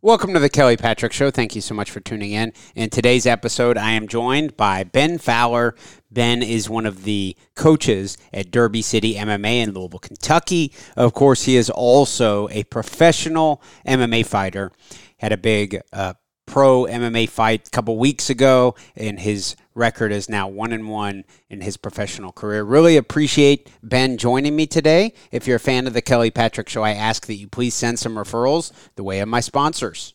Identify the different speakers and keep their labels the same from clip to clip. Speaker 1: Welcome to the Kelly Patrick Show. Thank you so much for tuning in. In today's episode, I am joined by Ben Fowler. Ben is one of the coaches at Derby City MMA in Louisville, Kentucky. Of course, he is also a professional MMA fighter. Had a big uh, pro MMA fight a couple weeks ago, and his record is now one and one in his professional career. Really appreciate Ben joining me today. If you're a fan of the Kelly Patrick Show, I ask that you please send some referrals the way of my sponsors.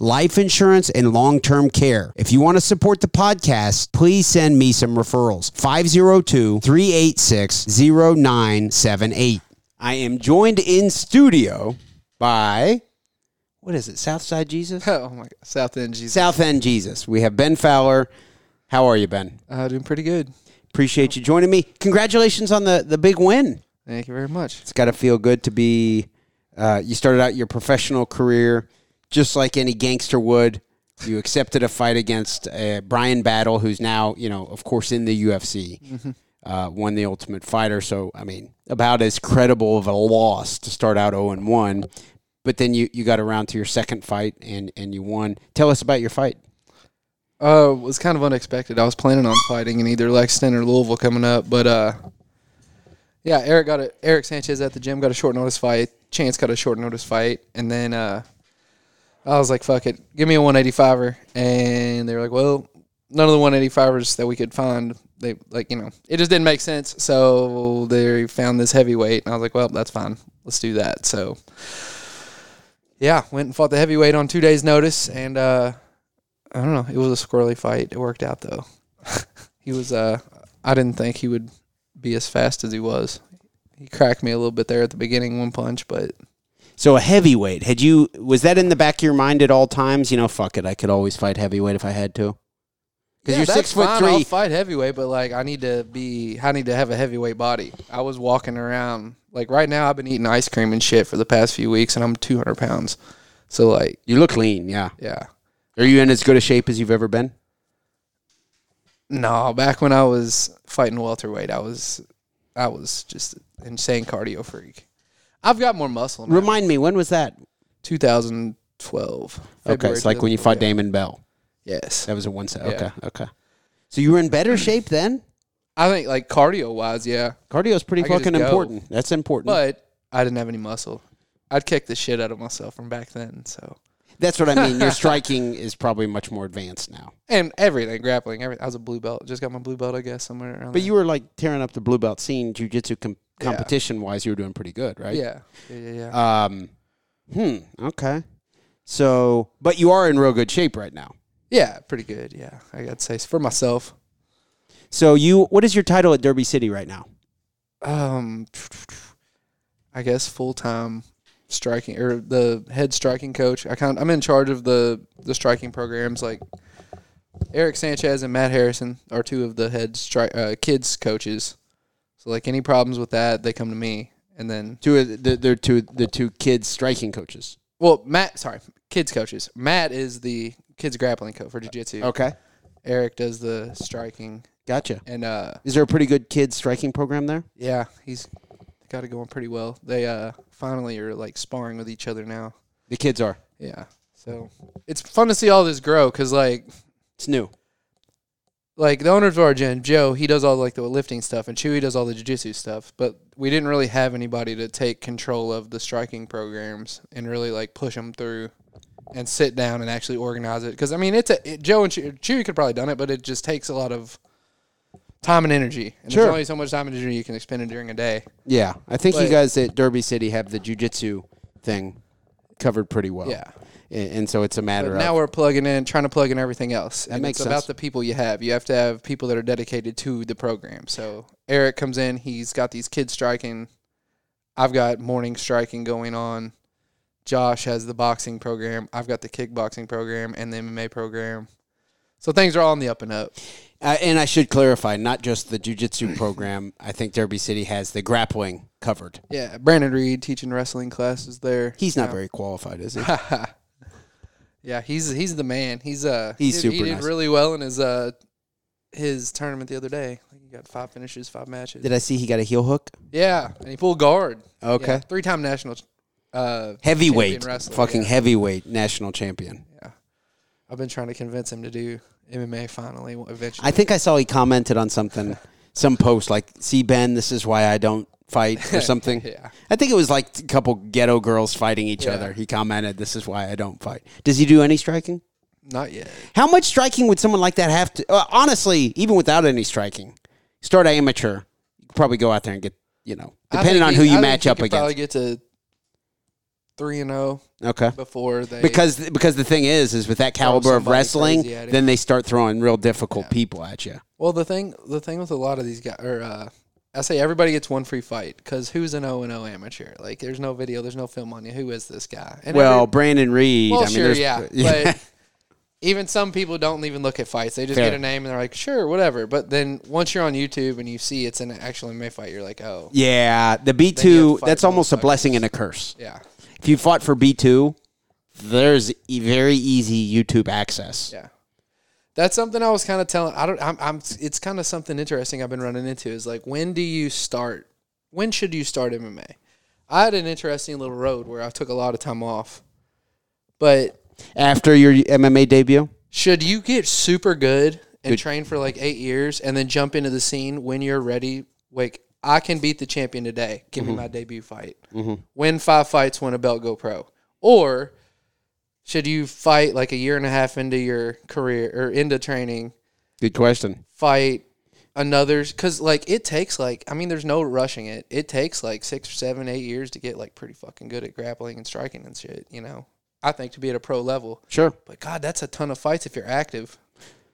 Speaker 1: life insurance and long term care. If you want to support the podcast, please send me some referrals. 502 386 0978. I am joined in studio by, what is it, Southside Jesus?
Speaker 2: Oh my God. South End Jesus.
Speaker 1: South End Jesus. We have Ben Fowler. How are you, Ben?
Speaker 2: Uh, doing pretty good.
Speaker 1: Appreciate you joining me. Congratulations on the, the big win.
Speaker 2: Thank you very much.
Speaker 1: It's got to feel good to be. Uh, you started out your professional career just like any gangster would. You accepted a fight against uh, Brian Battle, who's now, you know, of course, in the UFC. Uh, won the Ultimate Fighter. So, I mean, about as credible of a loss to start out 0 and 1. But then you, you got around to your second fight and, and you won. Tell us about your fight.
Speaker 2: Uh, it was kind of unexpected. I was planning on fighting in either Lexington or Louisville coming up, but uh, yeah, Eric got a Eric Sanchez at the gym got a short notice fight. Chance got a short notice fight, and then uh, I was like, "Fuck it, give me a 185er," and they were like, "Well, none of the 185ers that we could find, they like you know, it just didn't make sense." So they found this heavyweight, and I was like, "Well, that's fine, let's do that." So yeah, went and fought the heavyweight on two days' notice, and uh, I don't know. It was a squirrely fight. It worked out though. he was. Uh, I didn't think he would be as fast as he was. He cracked me a little bit there at the beginning, one punch, but
Speaker 1: So, a heavyweight, had you, was that in the back of your mind at all times? You know, fuck it, I could always fight heavyweight if I had to. Because you're six foot
Speaker 2: I'll
Speaker 1: three.
Speaker 2: fight heavyweight, but like I need to be. I need to have a heavyweight body. I was walking around like right now. I've been eating ice cream and shit for the past few weeks, and I'm 200 pounds. So like,
Speaker 1: You look lean, yeah.
Speaker 2: yeah.
Speaker 1: Are you in as good a shape as you've ever been?
Speaker 2: No, back when I was fighting welterweight, I was I was just an insane cardio freak. I've got more muscle. Now.
Speaker 1: Remind me, when was that?
Speaker 2: 2012.
Speaker 1: okay, it's like when you fought Damon Bell.
Speaker 2: Yes,
Speaker 1: That was a one set.
Speaker 2: Yeah.
Speaker 1: Okay, okay. So you were in better shape then.
Speaker 2: I think like cardio wise, yeah,
Speaker 1: Cardio is pretty
Speaker 2: I could just
Speaker 1: fucking
Speaker 2: go.
Speaker 1: important. That's important.
Speaker 2: but I didn't have any muscle. I'd kick the shit out of myself from back then. So
Speaker 1: That's what I mean. Your striking is probably much more advanced now.
Speaker 2: and everything, grappling, everything. I was a blue belt. Just got my blue belt, I guess, somewhere around.
Speaker 1: But you were like tearing up the blue belt scene, jujitsu com- competition wise. You were doing pretty good, right?
Speaker 2: yeah, yeah, yeah. yeah.
Speaker 1: Um, hmm. Okay. So, but you are in real good shape right now.
Speaker 2: yeah, pretty good. Yeah, I got to say for myself.
Speaker 1: So you, what is your title at Derby City right now?
Speaker 2: um I guess full time striking or the head striking coach. I kind I'm in charge of the the striking programs like Eric Sanchez and Matt Harrison are two of the head stri- uh, kids coaches. So like any problems with that, they come to me and then
Speaker 1: Two, of the, they're two, the two kids striking coaches.
Speaker 2: well, Matt, sorry. kids coaches. Matt is the kids grappling coach for jiu-jitsu.
Speaker 1: Okay.
Speaker 2: Eric does the striking,
Speaker 1: Gotcha.
Speaker 2: and uh,
Speaker 1: Is there a pretty good kids striking program there?
Speaker 2: yeah, he's got it going pretty well. They uh, finally are like sparring with each other now.
Speaker 1: The kids are.
Speaker 2: Yeah, so it's fun to see all this grow because like
Speaker 1: It's new.
Speaker 2: like the owner of our gym, Joe, he does all like the lifting stuff, and Chewy does all the jiu-jitsu stuff. But we didn't really have anybody to take control of the striking programs and really like push them through and sit down and actually organize it. Because I mean, it's a it, Joe and Chewy, Chewy could probably done it, but it just takes a lot of time and energy. And
Speaker 1: Sure.
Speaker 2: there's only so much time and energy you can expend in during a day.
Speaker 1: Yeah. I think you
Speaker 2: But-
Speaker 1: guys at Derby City have the jujitsu thing covered pretty well.
Speaker 2: Yeah.
Speaker 1: And, and so it's a
Speaker 2: But
Speaker 1: matter
Speaker 2: now
Speaker 1: of
Speaker 2: we're plugging in, trying to plug in everything else. That
Speaker 1: makes
Speaker 2: it's
Speaker 1: sense.
Speaker 2: about the people you have. You have to have people that are dedicated to the program. So Eric comes in, he's got these kids striking. I've got morning striking going on. Josh has the boxing program. I've got the kickboxing program and the MMA program. So things are all on the up and up.
Speaker 1: Uh, and I should clarify, not just the jujitsu program. I think Derby City has the grappling covered.
Speaker 2: Yeah, Brandon Reed teaching wrestling classes there.
Speaker 1: He's not very qualified, is he?
Speaker 2: Yeah, he's he's the man. He's uh
Speaker 1: He's
Speaker 2: he, he
Speaker 1: super
Speaker 2: did
Speaker 1: nice.
Speaker 2: really well in his uh his tournament the other day. He got five finishes, five matches.
Speaker 1: Did I see he got a heel hook?
Speaker 2: Yeah, and he pulled guard.
Speaker 1: Okay.
Speaker 2: three time national uh,
Speaker 1: Heavyweight,
Speaker 2: champion wrestler,
Speaker 1: fucking
Speaker 2: yeah.
Speaker 1: heavyweight national champion.
Speaker 2: I've been trying to convince him to do MMA finally, w- eventually.
Speaker 1: I think I saw he commented on something, some post like, "See Ben, this is why I don't fight" or something.
Speaker 2: Yeah.
Speaker 1: I think it was like a couple ghetto girls fighting each
Speaker 2: Yeah.
Speaker 1: other. He commented, "This is why I don't fight." Does he do any striking?
Speaker 2: Not yet.
Speaker 1: How much striking would someone like that have to? Uh, honestly, even without any striking, start amateur, you could probably go out there and get you know,
Speaker 2: I
Speaker 1: depending
Speaker 2: think
Speaker 1: on
Speaker 2: he-
Speaker 1: who
Speaker 2: I
Speaker 1: you
Speaker 2: think
Speaker 1: match
Speaker 2: he
Speaker 1: up
Speaker 2: could Probably
Speaker 1: against.
Speaker 2: get to three and zero
Speaker 1: Okay.
Speaker 2: before they
Speaker 1: Because because the thing is, is with that caliber of
Speaker 2: somebody
Speaker 1: wrestling,
Speaker 2: crazy at him.
Speaker 1: then they start throwing real difficult people at you.
Speaker 2: Well, the thing the thing with a lot of these guys, or uh, I say everybody gets one free fight because who's an O and O amateur? Like, there's no video, there's no film on you. Who is this guy? And
Speaker 1: Well,
Speaker 2: every-
Speaker 1: Brandon Reed.
Speaker 2: Well,
Speaker 1: I mean,
Speaker 2: sure,
Speaker 1: there's-
Speaker 2: yeah, But even some people don't even look at fights. They just
Speaker 1: Fair.
Speaker 2: get a name and they're like, sure, whatever. But then once you're on YouTube and you see it's an actual MMA fight, you're like, oh,
Speaker 1: Yeah, the B
Speaker 2: Then you have
Speaker 1: two.
Speaker 2: to fight
Speaker 1: That's
Speaker 2: both
Speaker 1: almost a
Speaker 2: sides.
Speaker 1: blessing and a curse.
Speaker 2: yeah,
Speaker 1: If you fought for B two, there's e- very easy YouTube access.
Speaker 2: yeah. That's something I was kind of telling. I don't. I'm. I'm it's kind of something interesting I've been running into. Is like, when do you start? When should you start MMA? I had an interesting little road where I took a lot of time off, but
Speaker 1: After your MMA debut,
Speaker 2: Should you get super good and train for like eight years and then jump into the scene when you're ready? Like, I can beat the champion today. Give me my debut fight. Win five fights, win a belt, go pro. Or should you fight like a year and a half into your career or into training,
Speaker 1: good question.
Speaker 2: fight another? Because, like, it takes like, I mean, there's no rushing it. It takes like six or seven, eight years to get like pretty fucking good at grappling and striking and shit, you know? I think to be at a pro level.
Speaker 1: Sure.
Speaker 2: But God, that's a ton of fights if you're active.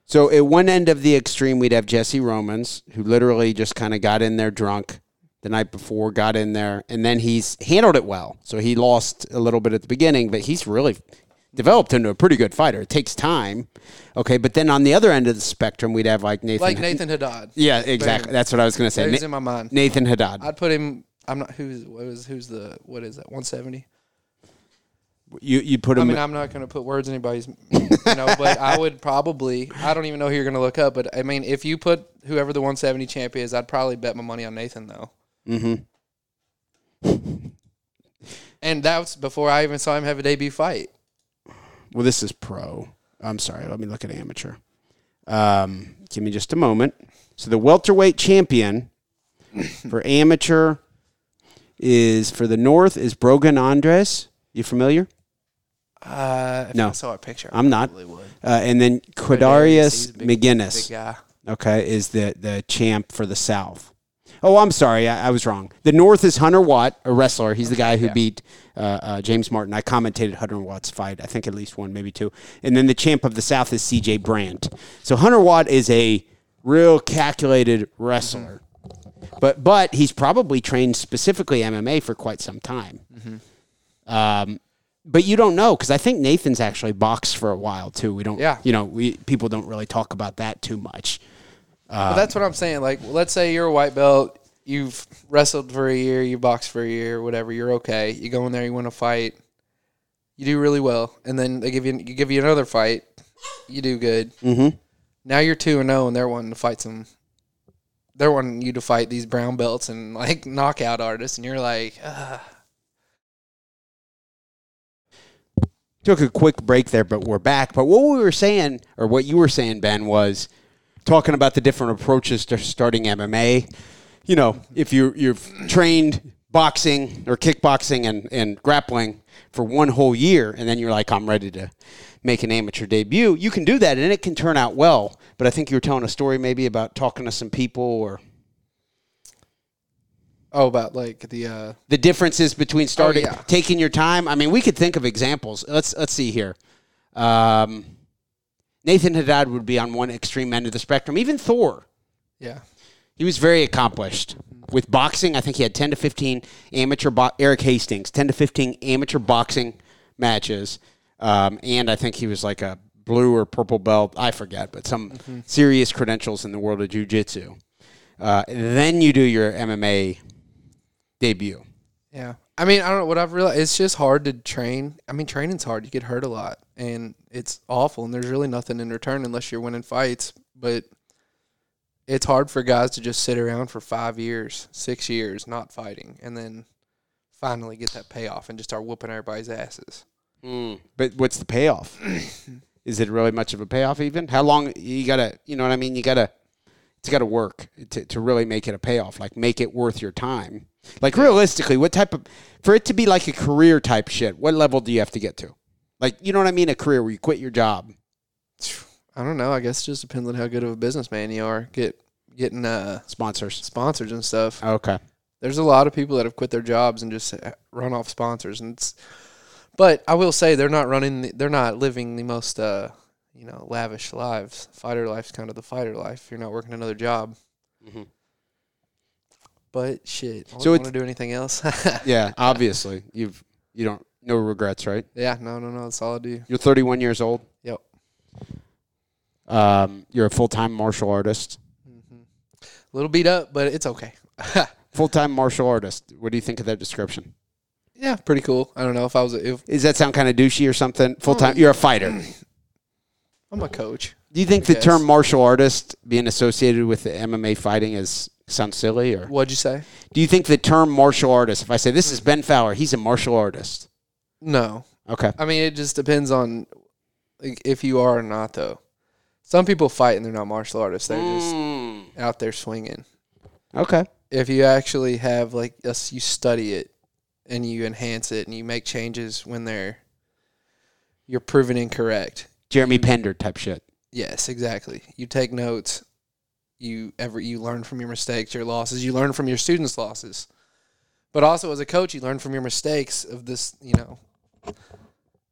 Speaker 1: So at one end of the extreme, we'd have Jesse Romans, who literally just kind of got in there drunk the night before, got in there, and then he's handled it well. So he lost a little bit at the beginning, but he's really developed into a pretty good fighter. It takes time, okay. But then on the other end of the spectrum, we'd have like Nathan.
Speaker 2: like Nathan Haddad.
Speaker 1: Yeah, exactly. That's what I was going to say.
Speaker 2: There he's
Speaker 1: Na-
Speaker 2: in my mind.
Speaker 1: Nathan Haddad.
Speaker 2: I'd put him. I'm not who's what is who's the what is that 170.
Speaker 1: you you put
Speaker 2: I
Speaker 1: him.
Speaker 2: mean, I'm not going to put words in anybody's, you know, but I would probably. I don't even know who you're going to look up, but I mean, if you put whoever the 170 champ is, I'd probably bet my money on Nathan though. Mm-hmm. And that's before I even saw him have a debut fight.
Speaker 1: well, this is pro. I'm sorry. Let me look at amateur. Um, give me just a moment. So the welterweight champion for amateur is for the North is Brogan Andres. You familiar?
Speaker 2: Uh, if
Speaker 1: No.
Speaker 2: I saw a picture. I
Speaker 1: I'm not.
Speaker 2: probably would.
Speaker 1: Uh, and then
Speaker 2: Darius,
Speaker 1: Quadarius
Speaker 2: he's a big- Big
Speaker 1: McGinnis.
Speaker 2: guy.
Speaker 1: Okay, is the the champ for the South. Oh, I'm sorry, I, I was wrong. The North is Hunter Watt, a wrestler. He's the guy who beat uh, uh, James Martin. I commentated Hunter Watt's fight. I think at least one, maybe two. And then the champ of the South is C.J. Brandt. So Hunter Watt is a real calculated wrestler, but but he's probably trained specifically MMA for quite some time. Um, but you don't know because I think Nathan's actually boxed for a while too. We don't,
Speaker 2: Yeah.
Speaker 1: you know, we people don't really talk about that too much.
Speaker 2: But that's what I'm saying. Like, let's say you're a white belt, you've wrestled for a year, you boxed for a year, whatever. You're okay. You go in there, you win a fight. You do really well, and then they give you you give you another fight. You do good. Mm-hmm. Now you're two and zero, and they're wanting to fight some. They're wanting you to fight these brown belts and like knockout artists, and you're like, "Ugh."
Speaker 1: took a quick break there, but we're back. But what we were saying, or what you were saying, Ben, was talking about the different approaches to starting MMA. You know, if you you've trained boxing or kickboxing and, and grappling for one whole year, and then you're like, I'm ready to make an amateur debut, you can do that, and it can turn out well. But I think you were telling a story maybe about talking to some people or
Speaker 2: oh, about like the uh,
Speaker 1: the differences between starting
Speaker 2: yeah.
Speaker 1: taking your time. I mean, we could think of examples. Let's let's see here. Um, Nathan Haddad would be on one extreme end of the spectrum. Even Thor,
Speaker 2: yeah,
Speaker 1: he was very accomplished with boxing. I think he had ten to fifteen amateur bo- Eric Hastings, ten to fifteen amateur boxing matches, um, and I think he was like a blue or purple belt. I forget, but some serious credentials in the world of jujitsu. Uh, then you do your MMA debut.
Speaker 2: yeah. I mean, I don't know what I've realized. It's just hard to train. I mean, training's hard. You get hurt a lot, and it's awful. And there's really nothing in return unless you're winning fights. But it's hard for guys to just sit around for five years, six years, not fighting, and then finally get that payoff and just start whooping everybody's asses.
Speaker 1: But what's the payoff? Is it really much of a payoff? Even how long you gotta? You know what I mean? You gotta. It's gotta work to to really make it a payoff. Like make it worth your time. Like realistically, what type of for it to be like a career type shit? What level do you have to get to? Like you know what I mean? A career where you quit your job.
Speaker 2: I don't know. I guess it just depends on how good of a businessman you are. Get getting uh,
Speaker 1: Sponsors.
Speaker 2: sponsors and stuff.
Speaker 1: Okay.
Speaker 2: there's a lot of people that have quit their jobs and just uh, run off sponsors and it's but i will say they're not running the, they're not living the most uh you know lavish lives fighter life's kind of the fighter life you're not working another job but shit
Speaker 1: So
Speaker 2: so want
Speaker 1: it's-
Speaker 2: to do anything else
Speaker 1: Yeah. Obviously, you've you don't no regrets, right?
Speaker 2: yeah no no no that's all i do
Speaker 1: You're 31 years old.
Speaker 2: yep
Speaker 1: Um, you're a full time martial artist.
Speaker 2: a little beat up but it's okay
Speaker 1: Full time martial artist. What do you think of that description?
Speaker 2: yeah pretty cool i don't know if i was a, if
Speaker 1: Does that sound kind of douchey or something? Full
Speaker 2: Mm.
Speaker 1: time, you're a fighter.
Speaker 2: i'm a coach
Speaker 1: Do you think the
Speaker 2: Yes.
Speaker 1: term martial artist being associated with the MMA fighting is sounds silly, or
Speaker 2: what'd you say
Speaker 1: do you think the term martial artist? If I say this is Ben Fowler, he's a martial artist.
Speaker 2: no
Speaker 1: Okay,
Speaker 2: I mean, it just depends on like, if you are or not, though. Some people fight and they're not martial artists; they're just out there swinging.
Speaker 1: Mm. okay,
Speaker 2: If you actually have like us, you study it and you enhance it and you make changes when they're you're proven incorrect.
Speaker 1: Jeremy Pender type shit.
Speaker 2: Yes, exactly. You take notes. You ever you learn from your mistakes, your losses. You learn from your students' losses, but also as a coach, you learn from your mistakes of this. You know,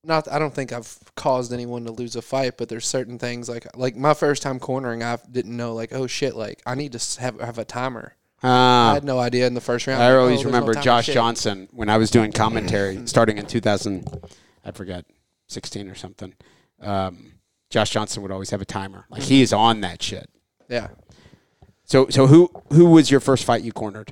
Speaker 2: not I don't think I've caused anyone to lose a fight, but there's certain things like like my first time cornering, I didn't know like oh shit, like I need to s- have have a timer. I
Speaker 1: Uh,
Speaker 2: had no idea in the first round.
Speaker 1: I
Speaker 2: Like, oh,
Speaker 1: always
Speaker 2: there's no
Speaker 1: remember
Speaker 2: timer,
Speaker 1: Josh
Speaker 2: shit.
Speaker 1: Johnson when I was doing commentary starting in 2000, I forget, 16 or something. Um, Josh Johnson would always have a timer. Like he is on that shit.
Speaker 2: Yeah,
Speaker 1: So, so who who was your first fight you cornered?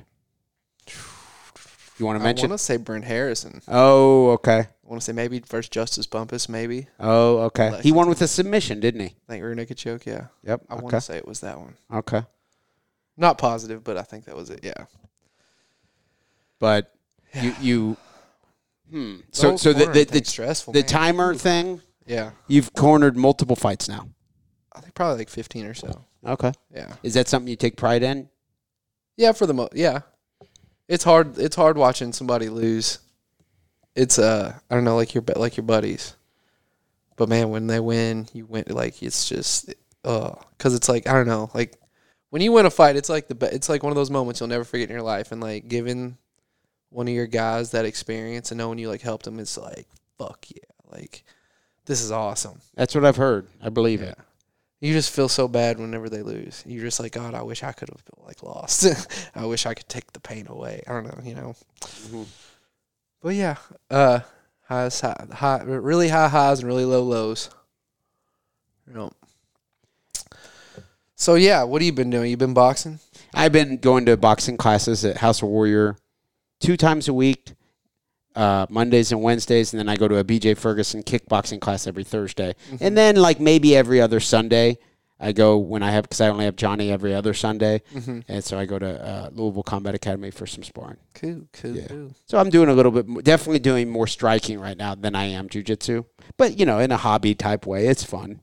Speaker 1: You want to
Speaker 2: I
Speaker 1: mention?
Speaker 2: want to say Brent Harrison.
Speaker 1: Oh, okay.
Speaker 2: I want to say maybe first Justice Bumpus, maybe
Speaker 1: Oh, okay. He won with a submission, didn't he?
Speaker 2: I think Runick choke. Yeah,
Speaker 1: Yep.
Speaker 2: I want
Speaker 1: Okay.
Speaker 2: to say it was that one.
Speaker 1: Okay.
Speaker 2: Not positive, but I think that was it. Yeah.
Speaker 1: But you you hmm. So so the
Speaker 2: cornering
Speaker 1: the,
Speaker 2: thing's
Speaker 1: the,
Speaker 2: stressful.
Speaker 1: the
Speaker 2: man.
Speaker 1: timer thing,
Speaker 2: Yeah,
Speaker 1: you've cornered multiple fights now.
Speaker 2: I think probably like fifteen or so.
Speaker 1: Okay.
Speaker 2: Yeah.
Speaker 1: Is that something you take pride in?
Speaker 2: Yeah, for the most. Yeah, it's hard. It's hard watching somebody lose. It's uh, I don't know, like your bu- like your buddies, but man, when they win, you win. Like it's just uh, cause it's like I don't know, like when you win a fight, it's like the be- it's like one of those moments you'll never forget in your life, and like giving one of your guys that experience and knowing you like helped them, it's like fuck yeah, like this is awesome.
Speaker 1: That's what I've heard. I believe it.
Speaker 2: you just feel so bad whenever they lose. You're just like, God, I wish I could have like lost. I wish I could take the pain away. I don't know, you know. Mm-hmm. But yeah, uh, highs, high, high, really high highs and really low lows. You know. So yeah, what have you been doing? You been boxing?
Speaker 1: I've been going to boxing classes at House of Warrior two times a week. uh, Mondays and Wednesdays, and then I go to a BJ Ferguson kickboxing class every Thursday, and then like maybe every other Sunday. I go when I have because I only have Johnny every other Sunday,
Speaker 2: Mm-hmm.
Speaker 1: and so I go to uh, Louisville Combat Academy for some sparring.
Speaker 2: Cool, cool, cool.
Speaker 1: So I'm doing a little bit, mo- definitely doing more striking right now than I am jujitsu, but you know, in a hobby type way, it's fun.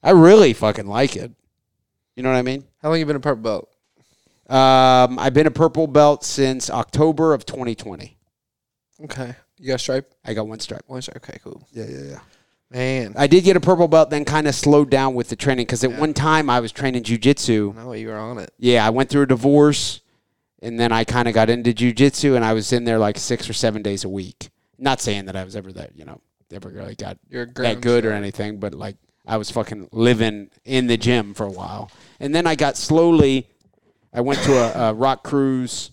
Speaker 1: I really fucking like it. You know what I mean?
Speaker 2: How long you been a purple belt?
Speaker 1: Um, I've been a purple belt since October of 2020.
Speaker 2: Okay. You got a stripe?
Speaker 1: I got one stripe.
Speaker 2: One stripe. Okay, cool.
Speaker 1: Yeah, yeah, yeah.
Speaker 2: Man, I
Speaker 1: I did get a purple belt, then kind of slowed down with the training because at one time I was training jujitsu.
Speaker 2: know you were on it.
Speaker 1: Yeah, I went through a divorce, and then I kind of got into jujitsu, and I was in there like six or seven days a week. Not saying that I was ever that, you know, ever really got
Speaker 2: You're a
Speaker 1: that
Speaker 2: ground
Speaker 1: good or
Speaker 2: shark.
Speaker 1: anything, but like I was fucking living in the gym for a while, and then I got slowly. I went to a, a rock cruise.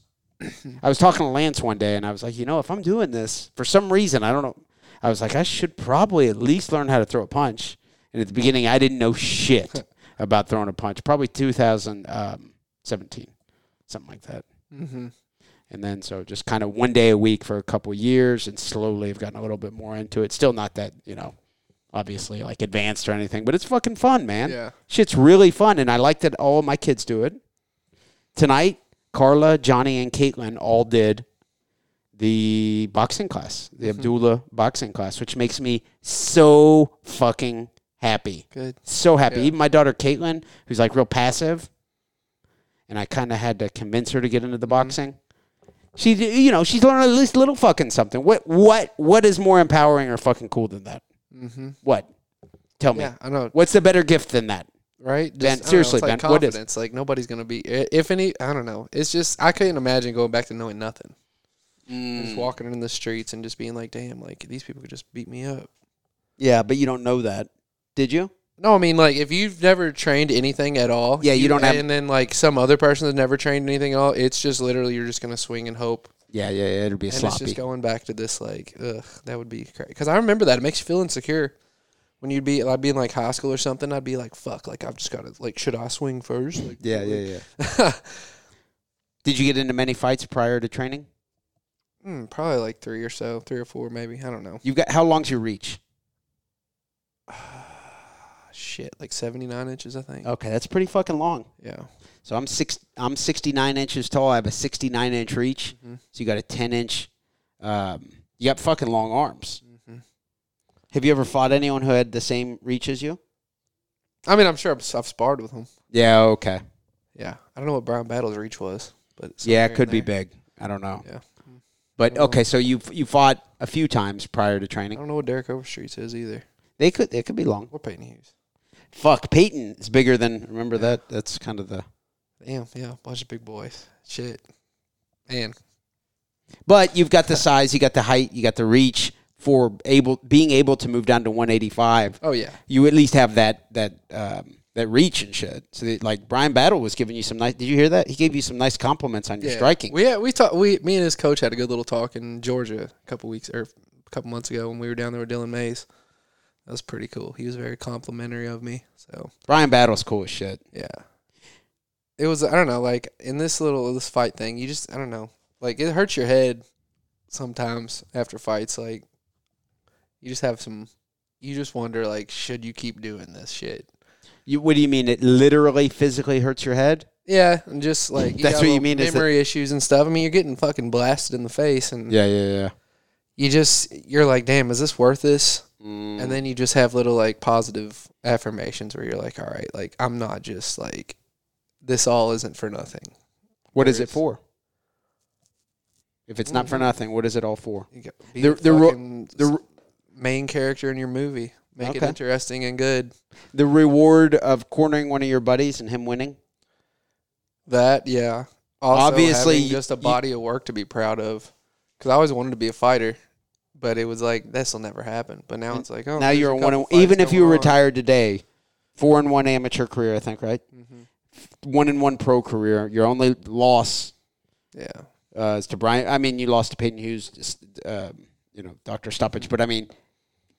Speaker 1: I was talking to Lance one day, and I was like, you know, if I'm doing this for some reason, I don't know. I was like, I should probably at least learn how to throw a punch. And at the beginning, I didn't know shit about throwing a punch. Probably 2017, something like that.
Speaker 2: Mm-hmm.
Speaker 1: And then so just kind of one day a week for a couple years, and slowly I've gotten a little bit more into it. Still not that you know, obviously like advanced or anything, but it's fucking fun, man.
Speaker 2: Yeah.
Speaker 1: Shit's really fun, and I like that all my kids do it. Tonight, Carla, Johnny, and Caitlin all did the boxing class, the
Speaker 2: Mm-hmm.
Speaker 1: Abdullah boxing class, which makes me so fucking happy
Speaker 2: Good.
Speaker 1: so happy.
Speaker 2: Yeah.
Speaker 1: Even my daughter Caitlin, who's like real passive, and I kind of had to convince her to get into the
Speaker 2: Mm-hmm.
Speaker 1: boxing. She, d- you know, she's learning at least a little fucking something. What, what, what is more empowering or fucking cool than that?
Speaker 2: Mm-hmm.
Speaker 1: What? Tell me.
Speaker 2: Yeah, I know.
Speaker 1: What's the better gift than that?
Speaker 2: Right? Just,
Speaker 1: Ben,
Speaker 2: I don't know,
Speaker 1: seriously,
Speaker 2: it's like
Speaker 1: Ben, what is-
Speaker 2: confidence. Like nobody's gonna be. i- If any, I don't know. It's just I couldn't imagine going back to knowing nothing.
Speaker 1: Mm.
Speaker 2: Just walking in the streets and just being like, damn, like these people could just beat me up.
Speaker 1: Yeah, but you don't know that, did you?
Speaker 2: No, I mean like if you've never trained anything at all,
Speaker 1: Yeah, you don't have-
Speaker 2: And then like some other person that's never trained anything at all, it's just literally you're just gonna swing and hope,
Speaker 1: Yeah, yeah, yeah it'd be
Speaker 2: and it's
Speaker 1: sloppy.
Speaker 2: just going back to this like, ugh, that would be crazy. Because I remember that it makes you feel insecure when you'd be I'd be in like high school or something. I'd be like, fuck, like I've just got to like, should I swing first? Like,
Speaker 1: yeah, yeah, yeah. did you get into many fights prior to training?
Speaker 2: hmm, probably like three or so, three or four maybe. I don't know.
Speaker 1: You've got how long's your reach?
Speaker 2: Shit, like seventy nine inches, I think.
Speaker 1: Okay, that's pretty fucking long.
Speaker 2: Yeah,
Speaker 1: So I'm six. I'm 69 inches tall. I have a 69 inch reach.
Speaker 2: Mm-hmm,
Speaker 1: So you got a 10 inch. Um, you got fucking long arms.
Speaker 2: mm-hmm.
Speaker 1: Have you ever fought anyone who had the same reach as you?
Speaker 2: I mean, I'm sure I've, I've sparred with him.
Speaker 1: Yeah. Okay.
Speaker 2: Yeah, I don't know what Brown Battle's reach was, but it's
Speaker 1: yeah, it
Speaker 2: somewhere
Speaker 1: could
Speaker 2: in
Speaker 1: be
Speaker 2: there.
Speaker 1: big. I don't know.
Speaker 2: Yeah.
Speaker 1: But okay, so you you fought a few times prior to
Speaker 2: I
Speaker 1: training.
Speaker 2: don't know what Derek Overstreet is either.
Speaker 1: They could they could be long.
Speaker 2: Or Peyton Hughes.
Speaker 1: Fuck, Peyton is bigger than. Remember that? That's kind of the.
Speaker 2: Damn, yeah, bunch of big boys. Shit. Man,
Speaker 1: But you've got the size, you got the height, you got the reach for able being able to move down to 185.
Speaker 2: oh yeah,
Speaker 1: you at least have that that um, that reach and shit. So that, like Brian Battle was giving you some nice. Did you hear that? He gave you some nice compliments on your
Speaker 2: yeah.
Speaker 1: striking.
Speaker 2: We yeah, we talked. We me and his coach had a good little talk in Georgia a couple weeks or a couple months ago when we were down there with Dylan Mays. That was pretty cool. He was very complimentary of me. So
Speaker 1: Brian Battle's cool as shit.
Speaker 2: yeah, it was. I don't know. Like in this little this fight thing, you just I don't know. Like it hurts your head sometimes after fights. Like you just have some. You just wonder like, should you keep doing this shit?
Speaker 1: You, what do you mean? It literally physically hurts your head.
Speaker 2: Yeah, and just like
Speaker 1: That's
Speaker 2: got
Speaker 1: what you
Speaker 2: little
Speaker 1: mean is that-
Speaker 2: Memory issues and stuff. I mean, you're getting fucking blasted in the face, and
Speaker 1: Yeah, yeah, yeah.
Speaker 2: you just you're like, damn, is this worth this?
Speaker 1: Mm.
Speaker 2: And then you just have little like positive affirmations where you're like, all right, like I'm not just like this all isn't for nothing.
Speaker 1: What is it
Speaker 2: Whereas-
Speaker 1: for? If it's not for nothing, what is it all for?
Speaker 2: You get, be
Speaker 1: The-
Speaker 2: the,
Speaker 1: the ro-
Speaker 2: fucking
Speaker 1: the ro-
Speaker 2: main character in your movie. Make it
Speaker 1: Okay.
Speaker 2: interesting and good.
Speaker 1: The reward of cornering one of your buddies and him winning.
Speaker 2: That yeah. Also
Speaker 1: Obviously,
Speaker 2: having
Speaker 1: you-
Speaker 2: just a
Speaker 1: you-
Speaker 2: body of work to be proud of. Because I always wanted to be a fighter, but it was like this will never happen. But now it's like oh,
Speaker 1: now
Speaker 2: there's
Speaker 1: you're a one.
Speaker 2: couple
Speaker 1: And,
Speaker 2: fights
Speaker 1: even if you
Speaker 2: going
Speaker 1: were
Speaker 2: on.
Speaker 1: retired today, four and one amateur career, I think, right?
Speaker 2: Mm-hmm.
Speaker 1: One and one pro career. Your only loss
Speaker 2: Yeah.
Speaker 1: uh, as to Brian. I mean, you lost to Peyton Hughes, just, uh, you know, doctor stoppage. But I mean,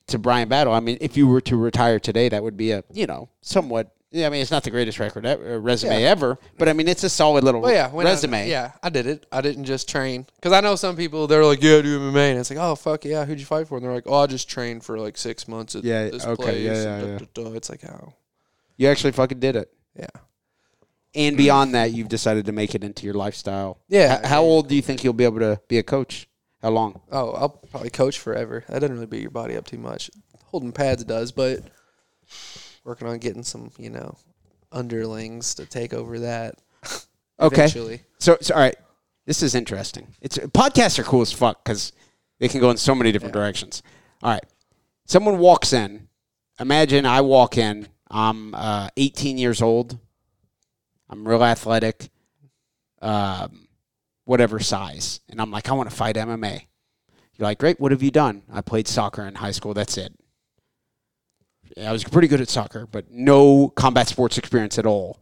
Speaker 1: to Brian Battle. I mean, if you were to retire today, that would be a you know somewhat
Speaker 3: Yeah, I mean, it's not the greatest
Speaker 1: e,
Speaker 3: record ev- uh, resume ever, but I mean, it's a solid little
Speaker 2: Well, yeah, when I-
Speaker 3: resume.
Speaker 2: yeah, I did it. I didn't just train because I know some people they're like, yeah, I do MMA, and it's like, oh fuck yeah, who'd you fight for? And they're like, oh, I just trained for like six months at
Speaker 1: Yeah,
Speaker 2: this
Speaker 1: okay,
Speaker 2: place.
Speaker 1: yeah,
Speaker 2: and
Speaker 1: yeah,
Speaker 2: duh, duh, duh. It's like, oh,
Speaker 1: You actually fucking did it.
Speaker 2: yeah.
Speaker 1: And beyond that, you've decided to make it into your lifestyle.
Speaker 2: Yeah.
Speaker 1: H- how old do you think you'll be able to be a coach? How long?
Speaker 2: Oh, I'll probably coach forever. That doesn't really beat your body up too much. Holding pads does, but working on getting some, you know, underlings to take over that.
Speaker 1: Okay.
Speaker 2: Eventually.
Speaker 1: So, so all right, this is interesting. It's podcasts are cool as fuck because they can go in so many different directions. All right, someone walks in. Imagine I walk in. I'm uh, 18 years old. I'm real athletic, um, whatever size, and I'm like, I want to fight MMA. You're like, great. What have you done? I played soccer in high school. That's it. I was pretty good at soccer, but no combat sports experience at all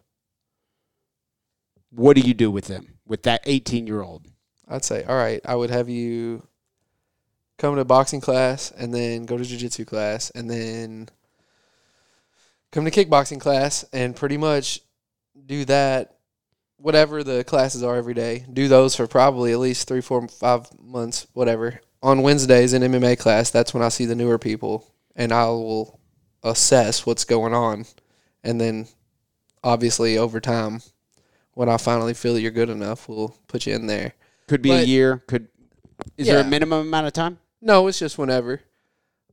Speaker 1: what do you do with them with that 18 year old
Speaker 2: I'd say, all right, I would have you come to boxing class and then go to jujitsu class and then come to kickboxing class and pretty much do that, whatever the classes are every day. Do those for probably at least three, four, five months, whatever. On Wednesdays in MMA class, that's when I see the newer people and I will assess what's going on. And then obviously over time, when I finally feel that you're good enough, we'll put you in there.
Speaker 1: could be a
Speaker 2: But-
Speaker 1: year could is there a
Speaker 2: Yeah.
Speaker 1: minimum amount of time
Speaker 2: No, it's just whenever.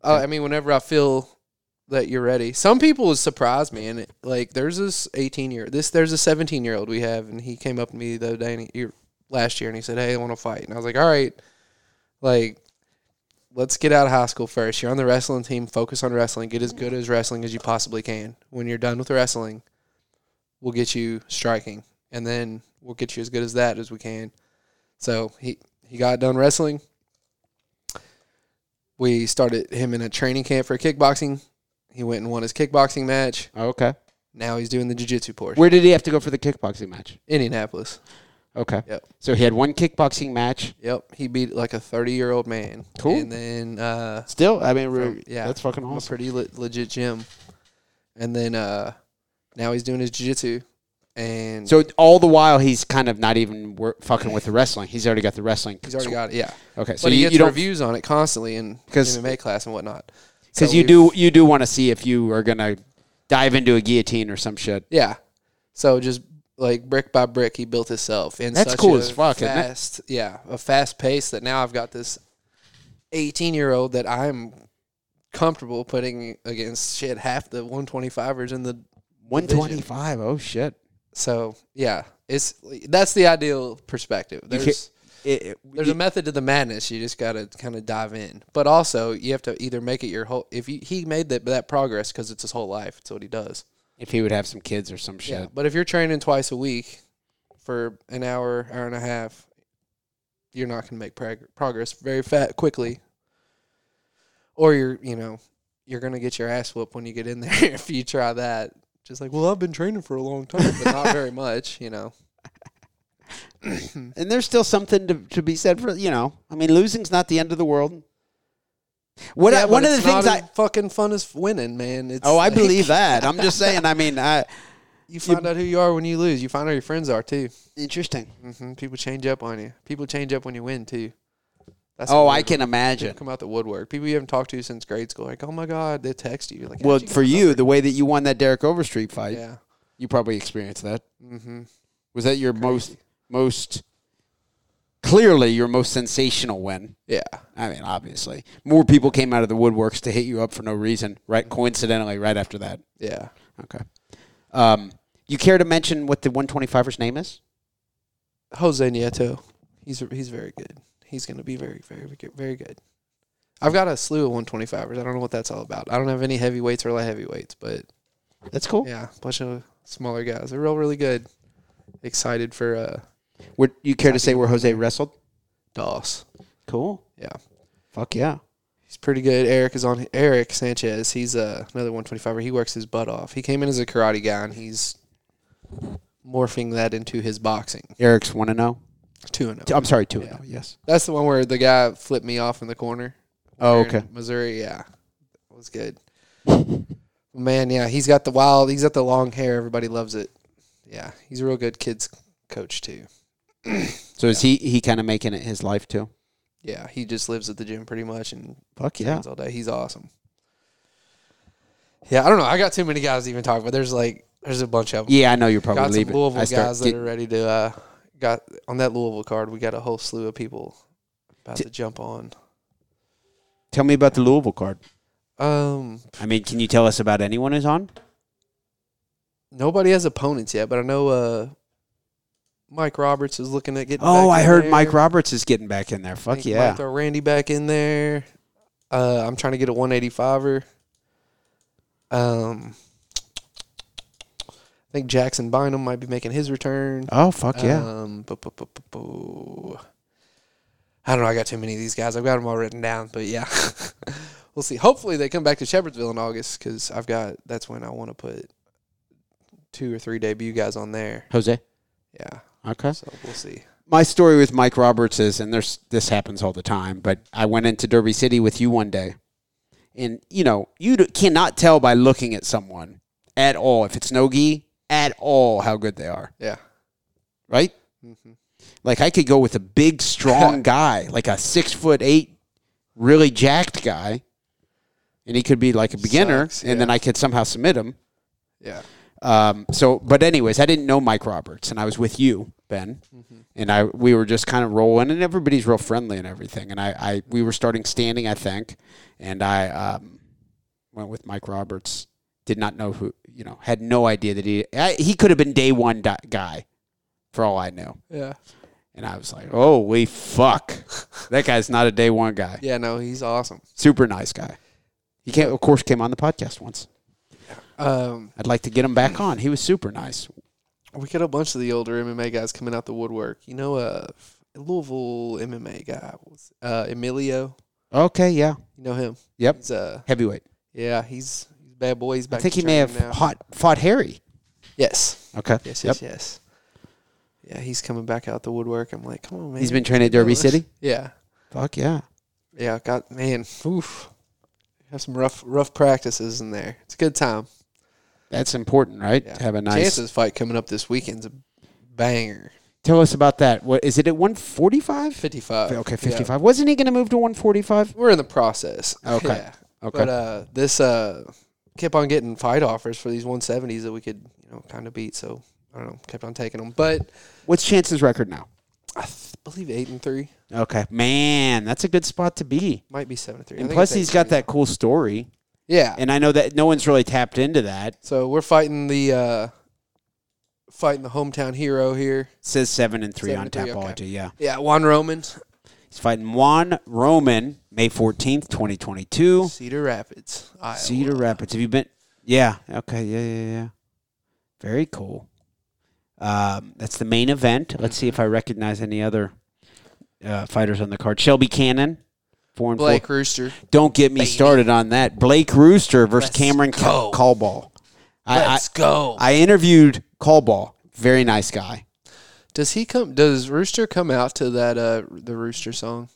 Speaker 2: Uh, I mean, whenever I feel that you're ready. Some people surprise me, and it, like there's this 18 year this there's a 17 year old we have, and he came up to me the other day and he, or last year, and he said, "Hey, I want to fight," and I was like, "All right, like." Let's get out of high school first. You're on the wrestling team. Focus on wrestling. Get as good as wrestling as you possibly can. When you're done with wrestling, we'll get you striking, and then we'll get you as good as that as we can. So he he got done wrestling we started him in a training camp for kickboxing. He went and won his kickboxing match.
Speaker 1: Oh, okay
Speaker 2: Now he's doing the jiu-jitsu portion.
Speaker 1: where did he have to go for the kickboxing match
Speaker 2: Indianapolis.
Speaker 1: okay
Speaker 2: Yep.
Speaker 1: so he had one kickboxing match
Speaker 2: Yep. He beat like a 30-year-old man.
Speaker 1: Cool.
Speaker 2: And then uh
Speaker 1: still i mean
Speaker 2: From-
Speaker 1: yeah
Speaker 2: yeah.
Speaker 1: that's fucking
Speaker 2: from a
Speaker 1: awesome
Speaker 2: pretty le- legit gym. And then uh now he's doing his jiu-jitsu and
Speaker 1: so all the while he's kind of not even wor- fucking with the wrestling he's already got the wrestling
Speaker 2: he's already got it. Yeah.
Speaker 1: okay so
Speaker 2: but he
Speaker 1: you,
Speaker 2: gets
Speaker 1: you don't
Speaker 2: reviews on it constantly in
Speaker 1: 'Cause-
Speaker 2: MMA class and whatnot.
Speaker 1: because
Speaker 2: So
Speaker 1: you
Speaker 2: we've-
Speaker 1: do you do want to see if you are gonna dive into a guillotine or some shit
Speaker 2: Yeah. So just like brick by brick, he built himself. And
Speaker 1: That's
Speaker 2: such
Speaker 1: cool
Speaker 2: a
Speaker 1: as fuck, isn't it?
Speaker 2: Fast, yeah, a fast pace that now I've got this eighteen-year-old that I'm comfortable putting against shit half the one twenty-fivers in the.
Speaker 1: 125 oh shit
Speaker 2: So yeah, it's that's the ideal perspective. There's
Speaker 1: It- it-
Speaker 2: there's a method to the madness. You just gotta kind of dive in, but also you have to either make it your whole. If you, he made that that progress because it's his whole life, it's what he does.
Speaker 1: if he would have some kids or some shit
Speaker 2: Yeah, but if you're training twice a week for an hour, hour and a half, you're not going to make prog- progress very fat quickly. Or you're, you know, you're going to get your ass whooped when you get in there if you try that. Just like, well, I've been training for a long time, but not very much, you know.
Speaker 1: and there's still something to, to be said for you know i mean losing's not the end of the world what
Speaker 2: Yeah,
Speaker 1: I,
Speaker 2: but
Speaker 1: one of the
Speaker 2: it's
Speaker 1: things
Speaker 2: not
Speaker 1: i
Speaker 2: as fucking fun as winning, man. It's
Speaker 1: oh i
Speaker 2: like,
Speaker 1: believe that i'm just saying i mean i
Speaker 2: you find out who you are when you lose. You find out who your friends are too.
Speaker 1: interesting
Speaker 2: hmm People change up on you. People change up when you win too. That's
Speaker 1: oh
Speaker 2: what
Speaker 1: i
Speaker 2: we're-
Speaker 1: can imagine
Speaker 2: People come out the woodwork. People you haven't talked to since grade school, like, oh my god, they text you, like,
Speaker 1: well
Speaker 2: how'd
Speaker 1: for you the way that you won that derek overstreet fight
Speaker 2: yeah,
Speaker 1: you probably experienced that
Speaker 2: mm-hmm.
Speaker 1: was that your most most clearly your most sensational win
Speaker 2: yeah,
Speaker 1: i mean obviously more people came out of the woodworks to hit you up for no reason right coincidentally right after that
Speaker 2: yeah.
Speaker 1: okay um, you care to mention what the 125er's name is
Speaker 2: Jose Nieto, he's he's very good. He's gonna be very very good- very good. I've got a slew of 125ers. I don't know what that's all about. I don't have any heavyweights or light heavyweights, but
Speaker 1: That's cool.
Speaker 2: yeah, bunch of smaller guys. They're real really good. Excited for uh
Speaker 1: Would you care to say where Jose wrestled?
Speaker 2: Doss.
Speaker 1: Cool.
Speaker 2: Yeah.
Speaker 1: Fuck yeah.
Speaker 2: He's pretty good. Eric is on Eric Sanchez. He's uh, another 125er. He works his butt off. He came in as a karate guy and he's morphing that into his boxing.
Speaker 1: Eric's one and zero.
Speaker 2: 2 and
Speaker 1: T- uh,
Speaker 2: 0.
Speaker 1: I'm sorry, two and zero. Yes.
Speaker 2: That's the one where the guy flipped me off in the corner.
Speaker 1: Oh,
Speaker 2: There in
Speaker 1: okay.
Speaker 2: Missouri, yeah. That was good. Man, yeah, he's got the wild. He's got the long hair. Everybody loves it. Yeah, he's a real good kids coach too.
Speaker 1: So is he he kind of making it his life too?
Speaker 2: Yeah, he just lives at the gym pretty much and
Speaker 1: Fuck
Speaker 2: trains all day. He's awesome. Yeah, I don't know. I got too many guys to even talk, but there's like there's a bunch of them.
Speaker 1: Yeah, I know you're probably
Speaker 2: got some
Speaker 1: leaving.
Speaker 2: Louisville
Speaker 1: I start
Speaker 2: guys
Speaker 1: get-
Speaker 2: that are ready to. Uh, got on that Louisville card. We got a whole slew of people about to jump on.
Speaker 1: Tell me about the Louisville card.
Speaker 2: Um,
Speaker 1: I mean, can you tell us about anyone who's on?
Speaker 2: nobody has opponents yet, but I know uh, Mike Roberts is looking at getting.
Speaker 1: Oh,
Speaker 2: back
Speaker 1: I
Speaker 2: in
Speaker 1: heard
Speaker 2: there.
Speaker 1: Mike Roberts is getting back in there.
Speaker 2: I
Speaker 1: Fuck
Speaker 2: think we might
Speaker 1: yeah.
Speaker 2: Throw Randy back in there. Uh, I'm trying to get a 185er. Um, I think Jackson Bynum might be making his return.
Speaker 1: Oh fuck yeah.
Speaker 2: Um, bu- bu- bu- bu- bu- I don't know. I got too many of these guys. I've got them all written down, but yeah, we'll see. Hopefully, they come back to Shepherdsville in August because I've got that's when I want to put two or three debut guys on there.
Speaker 1: Jose.
Speaker 2: Yeah,
Speaker 1: Okay.
Speaker 2: so we'll see.
Speaker 1: my story with Mike Roberts is, and there's this happens all the time, but I went into Derby City with you one day, and you know you d- cannot tell by looking at someone at all if it's no gi at all how good they are,
Speaker 2: Yeah,
Speaker 1: right?
Speaker 2: Mm-hmm.
Speaker 1: Like I could go with a big, strong guy, like a six foot eight, really jacked guy, and he could be like a beginner,
Speaker 2: Sucks,
Speaker 1: and then
Speaker 2: yeah.
Speaker 1: I could somehow submit him.
Speaker 2: yeah,
Speaker 1: Um, so, but anyways, I didn't know Mike Roberts, and I was with you, Ben, and I we were just kind of rolling, and everybody's real friendly and everything. And I, I we were starting standing, I think, and I um, went with Mike Roberts. Did not know who, you know, had no idea that he I, he could have been day one di- guy, for all I knew.
Speaker 2: yeah,
Speaker 1: And I was like, holy fuck, that guy's not a day one guy.
Speaker 2: yeah. No, he's awesome.
Speaker 1: Super nice guy. He came, of course, came on the podcast once.
Speaker 2: Um,
Speaker 1: I'd like to get him back on. He was super nice.
Speaker 2: we got a bunch of the older MMA guys coming out the woodwork. You know, uh, Louisville MMA guy was uh, Emilio.
Speaker 1: Okay, yeah,
Speaker 2: You know him?
Speaker 1: Yep.
Speaker 2: He's uh,
Speaker 1: heavyweight.
Speaker 2: yeah, he's he's a bad boy. He's back.
Speaker 1: I think
Speaker 2: to
Speaker 1: he may have
Speaker 2: training now.
Speaker 1: hot, fought Harry.
Speaker 2: Yes.
Speaker 1: Okay.
Speaker 2: Yes, yes, yes. Yeah, he's coming back out the woodwork. I'm like, come on, man.
Speaker 1: He's been training at Derby City.
Speaker 2: Yeah.
Speaker 1: Fuck yeah.
Speaker 2: Yeah, got man. Oof. Have some rough rough practices in there. It's a good time.
Speaker 1: That's important, right?
Speaker 2: Yeah.
Speaker 1: To have a nice.
Speaker 2: Chances fight coming up this weekend's a banger.
Speaker 1: Tell us about that. What is it at 145?
Speaker 2: Fifty five.
Speaker 1: Okay, 55. Wasn't he going to move to 145?
Speaker 2: We're in the process.
Speaker 1: Okay.
Speaker 2: Yeah.
Speaker 1: Okay.
Speaker 2: But uh this uh kept on getting fight offers for these one seventies that we could, you know, kind of beat, so I don't know, kept on taking them. But
Speaker 1: What's Chance's record now?
Speaker 2: I th- believe eight and three
Speaker 1: Okay. Man, that's a good spot to be.
Speaker 2: might be seven and three. I
Speaker 1: And
Speaker 2: think
Speaker 1: plus,
Speaker 2: it's eight
Speaker 1: he's
Speaker 2: and
Speaker 1: got
Speaker 2: three.
Speaker 1: that cool story.
Speaker 2: Yeah,
Speaker 1: And I know that no one's really tapped into that.
Speaker 2: So we're fighting the uh, fighting the hometown hero here.
Speaker 1: says 7 and 3
Speaker 2: Seven
Speaker 1: on
Speaker 2: and three,
Speaker 1: Tapology.
Speaker 2: okay.
Speaker 1: Yeah.
Speaker 2: Yeah, Juan Roman,
Speaker 1: He's fighting Juan Roman, May 14th, 2022.
Speaker 2: Cedar Rapids, Iowa.
Speaker 1: Cedar Rapids. Have you been? Yeah. Okay. Yeah. Yeah. Yeah. Very cool. Um, that's the main event. Let's see if I recognize any other uh, fighters on the card. Shelby Cannon, four and
Speaker 2: Blake
Speaker 1: four.
Speaker 2: Rooster.
Speaker 1: Don't get me started on that. Blake Rooster versus
Speaker 2: Let's
Speaker 1: Cameron Ca-
Speaker 2: go.
Speaker 1: Callball. I, I
Speaker 2: Let's go.
Speaker 1: I interviewed Callball. Very nice guy.
Speaker 2: does he come? Does Rooster come out to that uh the Rooster song?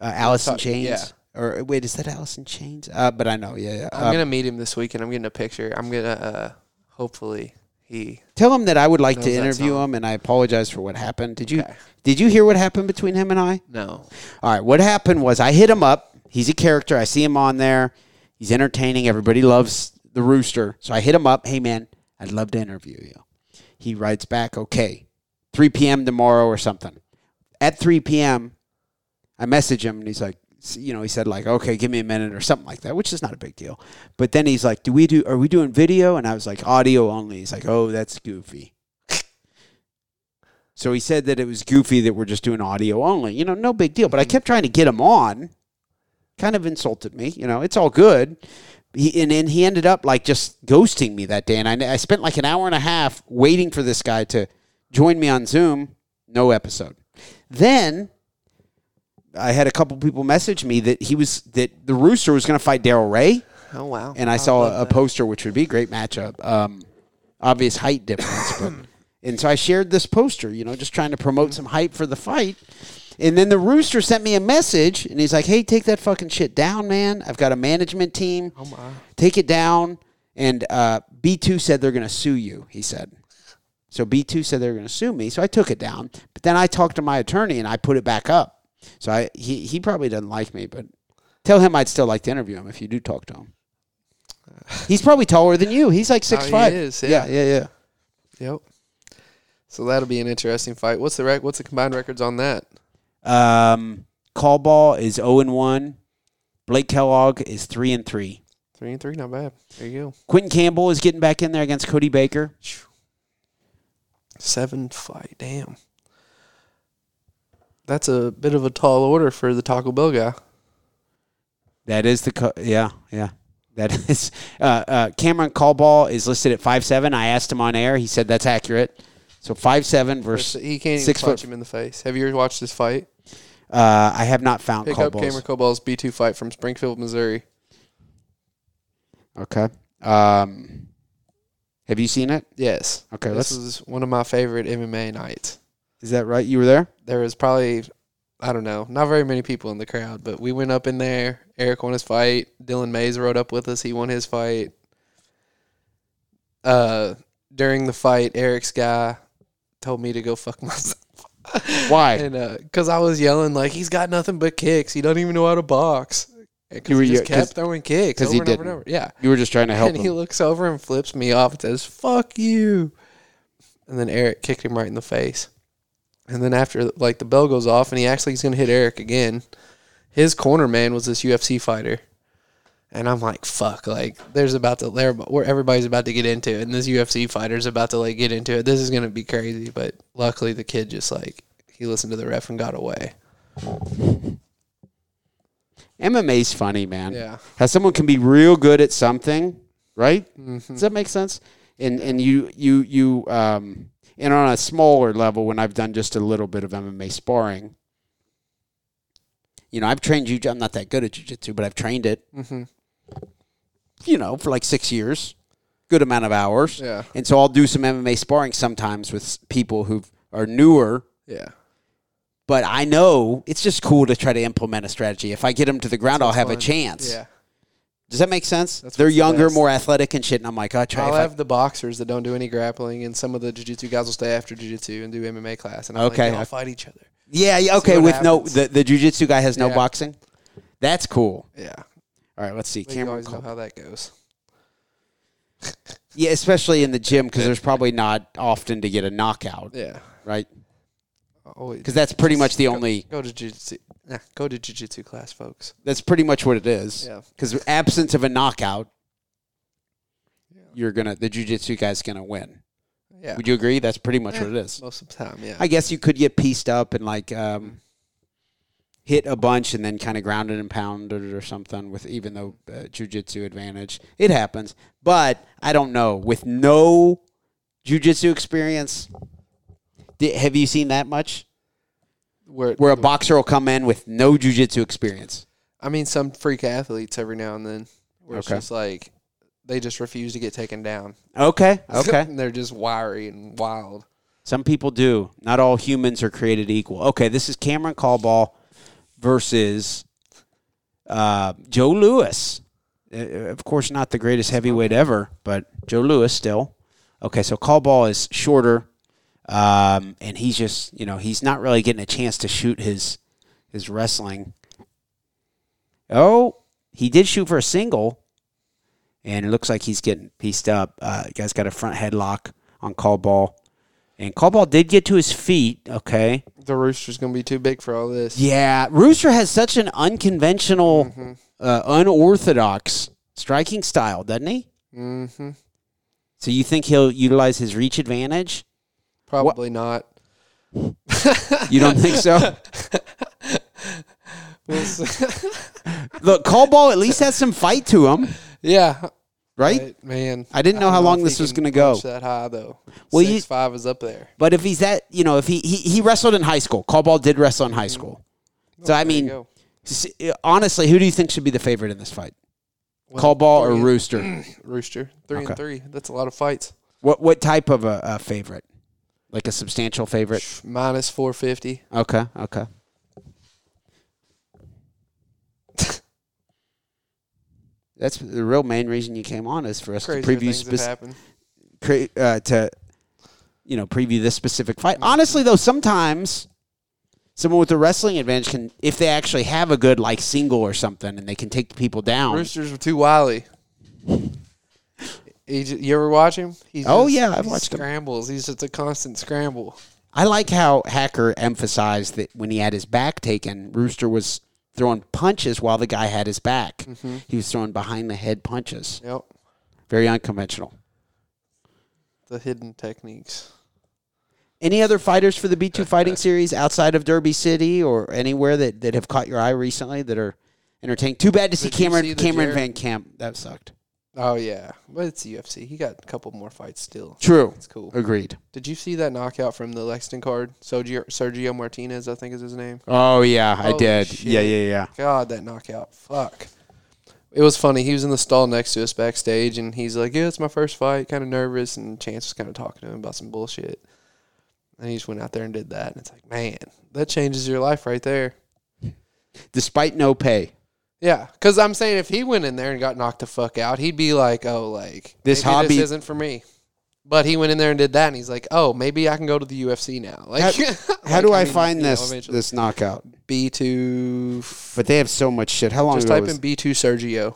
Speaker 1: Uh, Allison
Speaker 2: Talk-
Speaker 1: Chains.
Speaker 2: yeah.
Speaker 1: Or wait, is that Allison Chains? Uh, but I know. Yeah. yeah.
Speaker 2: I'm
Speaker 1: Uh,
Speaker 2: gonna meet him this week, and I'm getting a picture. I'm gonna uh hopefully he.
Speaker 1: tell him that I would like
Speaker 2: Knows
Speaker 1: to
Speaker 2: that
Speaker 1: interview
Speaker 2: song.
Speaker 1: him, and I apologize for what happened. Did you did you hear what happened between him and I?
Speaker 2: No.
Speaker 1: All right, what happened was I hit him up. He's a character. I see him on there. He's entertaining. Everybody loves the rooster. So I hit him up. Hey, man, I'd love to interview you. He writes back, okay, 3 p.m. tomorrow or something. At 3 p.m., I message him and he's like, s- you know, he said like, okay, give me a minute or something like that, which is not a big deal. But then he's like, do we do, are we doing video? And I was like, audio only. He's like, oh, that's goofy. So he said that it was goofy that we're just doing audio only. You know, no big deal. But I kept trying to get him on. Kind of insulted me. You know, it's all good. He, and then he ended up like just ghosting me that day. And I, I spent like an hour and a half waiting for this guy to join me on Zoom. No episode. Then I had a couple people message me that he was, that the Rooster was going to fight Daryl Ray
Speaker 2: Oh wow.
Speaker 1: and I saw a, poster which would be a great matchup. Um, obvious height difference, but and so I shared this poster, you know, just trying to promote some hype for the fight. And then the rooster sent me a message, and he's like, "Hey, take that fucking shit down, man. I've got a management team. Take it down."
Speaker 4: And uh, B2 said they're going to sue you, he said. So B2 said they were going to sue me. So I took it down. But then I talked to my attorney and I put it back up. So I he, he probably doesn't like me, but tell him I'd still like to interview him if you do talk to him. He's probably taller than you. He's like six
Speaker 2: he
Speaker 4: five.
Speaker 2: is,
Speaker 4: yeah,
Speaker 2: yeah.
Speaker 4: yeah. yeah.
Speaker 2: Yep. So that'll be an interesting fight. What's the rec- what's the combined records on that?
Speaker 1: Um, call ball is
Speaker 4: oh
Speaker 1: zero and one. Blake Kellogg is three and three.
Speaker 2: Three and three, not bad. There you go.
Speaker 1: Quentin Campbell is getting back in there against Cody Baker.
Speaker 2: Seven fight, damn. That's a bit of a tall order for the Taco Bell guy.
Speaker 1: That is the co- yeah yeah. That is uh, uh, Cameron Callball is listed at five seven. I asked him on air. He said that's accurate. So five seven versus.
Speaker 2: He can't even
Speaker 1: Six
Speaker 2: punch
Speaker 1: foot-
Speaker 2: him in the face. Have you watched this fight?
Speaker 1: Uh, I have not found
Speaker 2: Pick
Speaker 1: call
Speaker 2: up Cameron
Speaker 1: balls.
Speaker 2: Cobal's B2 fight from Springfield, Missouri.
Speaker 1: Okay. Um, have you seen it?
Speaker 2: Yes.
Speaker 1: Okay,
Speaker 2: This
Speaker 1: let's.
Speaker 2: was one of my favorite MMA nights.
Speaker 1: Is that right? You were there.
Speaker 2: There was probably, I don't know, not very many people in the crowd, but we went up in there. Eric won his fight. Dylan Mays rode up with us. He won his fight. Uh, during the fight, Eric's guy told me to go fuck myself.
Speaker 1: Why?
Speaker 2: And because I was yelling like he's got nothing but kicks, he doesn't even know how to box. Because
Speaker 1: You were
Speaker 2: he just
Speaker 1: ye- 'cause-
Speaker 2: kept throwing kicks
Speaker 1: 'cause
Speaker 2: over
Speaker 1: he
Speaker 2: and over and
Speaker 1: didn't.
Speaker 2: over. Yeah,
Speaker 1: You were just trying to help
Speaker 2: and
Speaker 1: him.
Speaker 2: he looks over and flips me off and says, "Fuck you." And then Eric kicked him right in the face. And then after like the bell goes off and he acts like he's gonna hit Eric again. His corner man was this UFC fighter. And I'm like, fuck, like there's about to there where everybody's about to get into it and this UFC fighter's about to like get into it. This is gonna be crazy. But luckily the kid just like he listened to the ref and got away.
Speaker 4: MMA's funny, man.
Speaker 2: Yeah.
Speaker 4: How someone can be real good at something, right?
Speaker 2: Mm-hmm.
Speaker 4: Does that make sense? And and you you you um and on a smaller level, when I've done just a little bit of MMA sparring,
Speaker 1: you know, I've trained jiu. I'm not that good at jujitsu, but I've trained it.
Speaker 2: Mm-hmm.
Speaker 1: You know, for like six years, good amount of hours.
Speaker 2: Yeah.
Speaker 1: And so I'll do some MMA sparring sometimes with s- people who are newer.
Speaker 2: Yeah.
Speaker 1: But I know it's just cool to try to implement a strategy. If I get them to the ground, I'll have a
Speaker 2: fun.
Speaker 1: chance.
Speaker 2: Yeah.
Speaker 1: Does that make sense?
Speaker 2: That's
Speaker 1: They're
Speaker 2: what's the
Speaker 1: younger,
Speaker 2: best. Oh,
Speaker 1: more athletic, and shit. And I'm like, "Oh, I try.
Speaker 2: I'll
Speaker 1: if I-
Speaker 2: have the boxers that don't do any grappling, and some of the jiu-jitsu guys will stay after jiu-jitsu and do MMA class, and I'm
Speaker 1: Okay.
Speaker 2: like, they all fight each other.
Speaker 1: yeah, yeah. Okay.
Speaker 2: what
Speaker 1: With
Speaker 2: happens.
Speaker 1: no, the the jujitsu guy has no
Speaker 2: Yeah.
Speaker 1: boxing. That's cool.
Speaker 2: Yeah,
Speaker 1: All right, let's see.
Speaker 2: but you
Speaker 1: Cameron
Speaker 2: always know
Speaker 1: Cole.
Speaker 2: how that goes.
Speaker 1: Yeah, especially in the gym because there's probably not often to get a knockout,
Speaker 2: Yeah,
Speaker 1: right?
Speaker 2: always
Speaker 1: Because that's pretty much the only.
Speaker 2: go to jiu-jitsu. Nah, go to jiu-jitsu class, folks.
Speaker 1: That's pretty much what it is.
Speaker 2: Yeah.
Speaker 1: Because absence of a knockout, you're gonna the jujitsu guy's gonna win.
Speaker 2: Yeah,
Speaker 1: Would you agree? That's pretty much what it is.
Speaker 2: most of the time. Yeah,
Speaker 1: I guess you could get pieced up and like um, hit a bunch and then kind of grounded and pounded or something with even though uh, jujitsu advantage. It happens, but I don't know with no jujitsu experience. di- have you seen that much?
Speaker 2: where,
Speaker 1: Where a boxer will come in with no jujitsu experience.
Speaker 2: I mean, some freak athletes every now and then, where it's
Speaker 1: Okay.
Speaker 2: just like they just refuse to get taken down.
Speaker 1: Okay. Okay.
Speaker 2: And they're just wiry and wild.
Speaker 1: Some people do. Not all humans are created equal. Okay, this is Cameron Callball versus uh, Joe Lewis. Uh, Of course, not the greatest heavyweight ever, but Joe Lewis still. Okay, so Callball is shorter, um, and he's just you know he's not really getting a chance to shoot his his wrestling. Oh, he did shoot for a single, and it looks like he's getting pieced up. Uh, guy's got a front headlock on Callball. And Callball did get to his feet. Okay.
Speaker 2: The rooster's gonna be too big for all this.
Speaker 1: Yeah. Rooster has such an unconventional, uh, unorthodox striking style, doesn't he?
Speaker 2: Mm-hmm.
Speaker 1: So you think he'll utilize his reach advantage?
Speaker 2: Probably not.
Speaker 1: You don't think so?
Speaker 2: We'll see.
Speaker 1: Look, Callball at least has some fight to him,
Speaker 2: yeah,
Speaker 1: right?
Speaker 2: But, man,
Speaker 1: I didn't know
Speaker 2: don't
Speaker 1: how long
Speaker 2: if
Speaker 1: this
Speaker 2: he
Speaker 1: was
Speaker 2: can
Speaker 1: gonna go.
Speaker 2: punch That high though.
Speaker 1: Well, you-
Speaker 2: six five is up there.
Speaker 1: But if he's that, you know, if he he, he wrestled in high school, Callball did wrestle in high school. So I
Speaker 2: There you
Speaker 1: mean,
Speaker 2: go.
Speaker 1: s- honestly, who do you think should be the favorite in this fight?
Speaker 2: Well,
Speaker 1: Callball or
Speaker 2: three-
Speaker 1: Rooster?
Speaker 2: Rooster three
Speaker 1: Okay.
Speaker 2: and three. That's a lot of fights.
Speaker 1: what what type of a, a favorite? Like a substantial favorite?
Speaker 2: Minus four fifty.
Speaker 1: Okay, okay. That's the real main reason you came on is for us to
Speaker 2: Crazy
Speaker 1: preview
Speaker 2: things have
Speaker 1: specific.
Speaker 2: happened.
Speaker 1: cre- uh, to you know preview this specific fight. Honestly, though, sometimes someone with a wrestling advantage can, if they actually have a good like single or something, and they can take people down.
Speaker 2: Roosters were too wily. He j- you ever watch him? He's
Speaker 1: Oh,
Speaker 2: just-
Speaker 1: yeah, I've
Speaker 2: he
Speaker 1: watched him.
Speaker 2: scrambles. He's just a constant scramble.
Speaker 1: I like how Hacker emphasized that when he had his back taken, Rooster was throwing punches while the guy had his back.
Speaker 2: Mm-hmm.
Speaker 1: He was throwing behind the head punches.
Speaker 2: Yep,
Speaker 1: Very unconventional.
Speaker 2: the hidden techniques.
Speaker 1: Any other fighters for the B2 Fighting Series outside of Derby City or anywhere that, that have caught your eye recently that are entertaining? Too bad to see
Speaker 2: Did you
Speaker 1: Cameron
Speaker 2: see the
Speaker 1: Cameron
Speaker 2: Jared-
Speaker 1: Van Camp. That sucked.
Speaker 2: Oh yeah, but it's UFC. He got a couple more fights still.
Speaker 1: True.
Speaker 2: It's cool.
Speaker 1: Agreed.
Speaker 2: Did you see that knockout from the Lexington card? Sergio, Sergio Martinez, I think is his name.
Speaker 1: Oh yeah, I
Speaker 2: Holy
Speaker 1: did.
Speaker 2: shit.
Speaker 1: Yeah, yeah, yeah.
Speaker 2: God, that knockout. Fuck. It was funny. He was in the stall next to us backstage, and he's like, Yeah, it's my first fight. Kind of nervous. And Chance was kind of talking to him about some bullshit. And he just went out there and did that. And it's like, Man, that changes your life right there.
Speaker 1: Despite no pay.
Speaker 2: Yeah. Because I'm saying if he went in there and got knocked the fuck out, he'd be like, Oh, like,
Speaker 1: This
Speaker 2: maybe
Speaker 1: hobby-
Speaker 2: this isn't for me. But he went in there and did that, and he's like, "Oh, maybe I can go to the UFC now." Like,
Speaker 1: How
Speaker 2: like,
Speaker 1: do I,
Speaker 2: mean,
Speaker 1: find
Speaker 2: you know,
Speaker 1: this
Speaker 2: eventually.
Speaker 1: this knockout?
Speaker 2: B two. Just
Speaker 1: But they have so much shit. How long ago
Speaker 2: type
Speaker 1: was-
Speaker 2: in B two Sergio.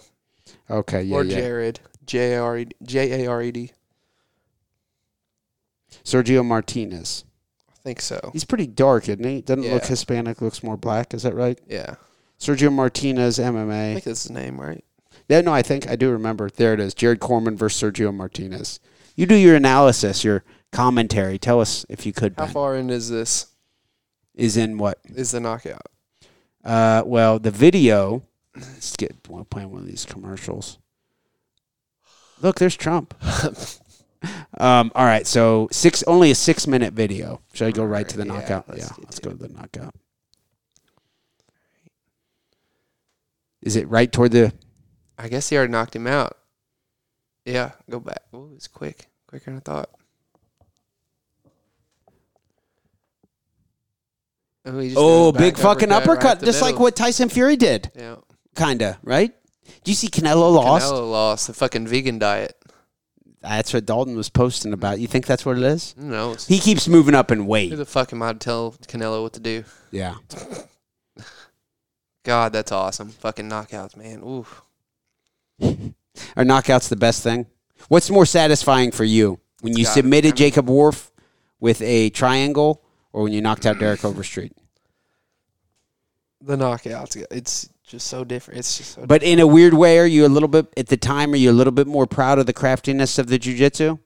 Speaker 1: Okay, yeah,
Speaker 2: or
Speaker 1: yeah.
Speaker 2: Jared J R E D J A R E D.
Speaker 1: Sergio Martinez.
Speaker 2: I think so.
Speaker 1: He's pretty dark, isn't he? Doesn't look
Speaker 2: Yeah.
Speaker 1: Hispanic, looks more black. Is that right?
Speaker 2: Yeah,
Speaker 1: Sergio Martinez,
Speaker 2: I
Speaker 1: MMA.
Speaker 2: think that's his name, right?
Speaker 1: Yeah, no, I think I do remember. There it is. Jared Corman versus Sergio Martinez. You do your analysis, your commentary. Tell us if you could.
Speaker 2: How
Speaker 1: Ben.
Speaker 2: far in is this?
Speaker 1: Is in what?
Speaker 2: Is the knockout?
Speaker 1: Uh, well, the video. Let's get we'll play one of these commercials. Look, there's Trump. um, all right, so six only a six minute video. Should I go right to the
Speaker 2: Yeah,
Speaker 1: knockout?
Speaker 2: let's
Speaker 1: yeah,
Speaker 2: do
Speaker 1: let's go to the knockout. Is it right toward the?
Speaker 2: I guess he already knocked him out. Yeah, go back. Oh, it's quick, quicker than I thought. Oh, he just
Speaker 1: Oh,
Speaker 2: goes
Speaker 1: big
Speaker 2: back
Speaker 1: fucking uppercut,
Speaker 2: right up the
Speaker 1: just like
Speaker 2: middle.
Speaker 1: what Tyson Fury did,
Speaker 2: Yeah,
Speaker 1: kinda right. Do you see Canelo lost?
Speaker 2: Canelo lost the fucking vegan diet.
Speaker 1: That's what Dalton was posting about. You think that's what it is?
Speaker 2: No,
Speaker 1: He keeps moving up in
Speaker 2: who
Speaker 1: weight.
Speaker 2: the fuck am I to tell Canelo what to do?
Speaker 1: Yeah.
Speaker 2: God, that's awesome. Fucking knockouts, man. Ooh.
Speaker 1: Are knockouts the best thing? What's more satisfying for you when you
Speaker 2: Got it.
Speaker 1: submitted Jacob Worf with a triangle, or when you knocked out Derek Overstreet?
Speaker 2: the knockouts. It's just so different. It's just so.
Speaker 1: But in a weird way, are you a little bit at the time? Are you a little bit more proud of the craftiness of the jujitsu?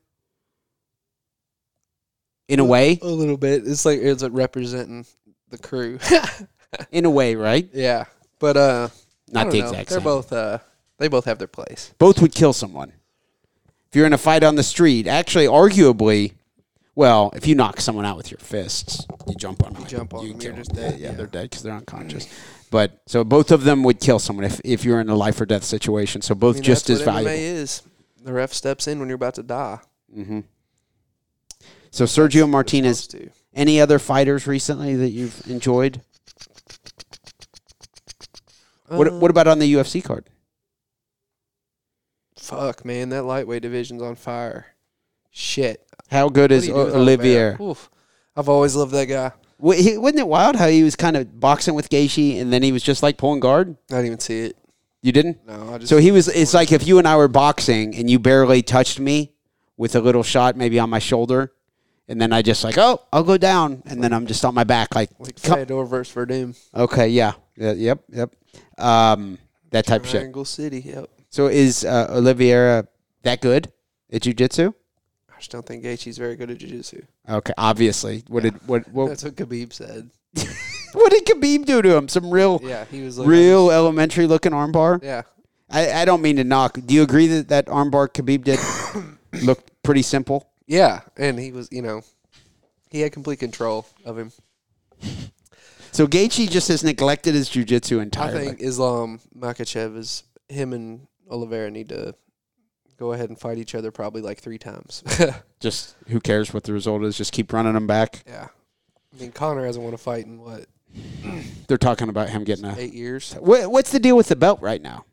Speaker 1: In a way,
Speaker 2: a little bit. It's like it's like representing the crew.
Speaker 1: in a way, right?
Speaker 2: yeah, but uh, I
Speaker 1: Not
Speaker 2: don't
Speaker 1: the
Speaker 2: know.
Speaker 1: exact
Speaker 2: They're
Speaker 1: same.
Speaker 2: both uh, they both have their place.
Speaker 1: both would kill someone. If you're in a fight on the street, actually, arguably, well, if you knock someone out with your fists, you jump on them. You
Speaker 2: jump on them,
Speaker 1: kill
Speaker 2: you're just
Speaker 1: Yeah,
Speaker 2: dead,
Speaker 1: Yeah, they're dead because they're unconscious. But so both of them would kill someone if, if you're in a life or death situation. So both
Speaker 2: I mean,
Speaker 1: just as
Speaker 2: that's what
Speaker 1: valuable.
Speaker 2: MMA is. The ref steps in when you're about to die.
Speaker 1: hmm So Sergio Martinez,
Speaker 2: Supposed to.
Speaker 1: any other fighters recently that you've enjoyed? what
Speaker 2: Uh,
Speaker 1: What about on the UFC card?
Speaker 2: Fuck, man, that lightweight division's on fire. Shit.
Speaker 1: How good
Speaker 2: What
Speaker 1: is
Speaker 2: do you do with
Speaker 1: Olivier?
Speaker 2: Oliveira? Oof. I've always loved that guy.
Speaker 1: Wa- he- Wasn't it wild how he was kind of boxing with Gaethje and then he was just like pulling guard?
Speaker 2: I didn't even see it.
Speaker 1: You didn't?
Speaker 2: No, I just
Speaker 1: So he was. It's like if you and I were boxing and you barely touched me with a little shot, maybe on my shoulder, and then I just like, oh, I'll go down, and then I'm just on my back, like,
Speaker 2: like
Speaker 1: come-
Speaker 2: Fedor versus Verdum.
Speaker 1: okay, yeah, yeah, yep, yep, um, that type of shit.
Speaker 2: Triangle City. Yep.
Speaker 1: So is uh, Oliveira that good at jujitsu?
Speaker 2: I just don't think Gaethje's very good at jiu-jitsu.
Speaker 1: Okay, obviously. What did what what
Speaker 2: That's what Khabib said.
Speaker 1: what did Khabib do to him? Some real
Speaker 2: Yeah, he was like
Speaker 1: real elementary looking armbar.
Speaker 2: Yeah,
Speaker 1: I, I don't mean to knock. Do you agree that that armbar Khabib did looked pretty simple?
Speaker 2: yeah, and he was, you know, he had complete control of him.
Speaker 1: So Gaethje just has neglected his jujitsu
Speaker 2: I
Speaker 1: entirely.
Speaker 2: think Islam Makachev is him and Oliveira need to go ahead and fight each other probably like three times.
Speaker 1: just who cares what the result is? Just keep running him back.
Speaker 2: yeah, I mean Connor hasn't won a fight in what
Speaker 1: They're talking about him getting a.
Speaker 2: eight years.
Speaker 1: What, what's the deal with the belt right now?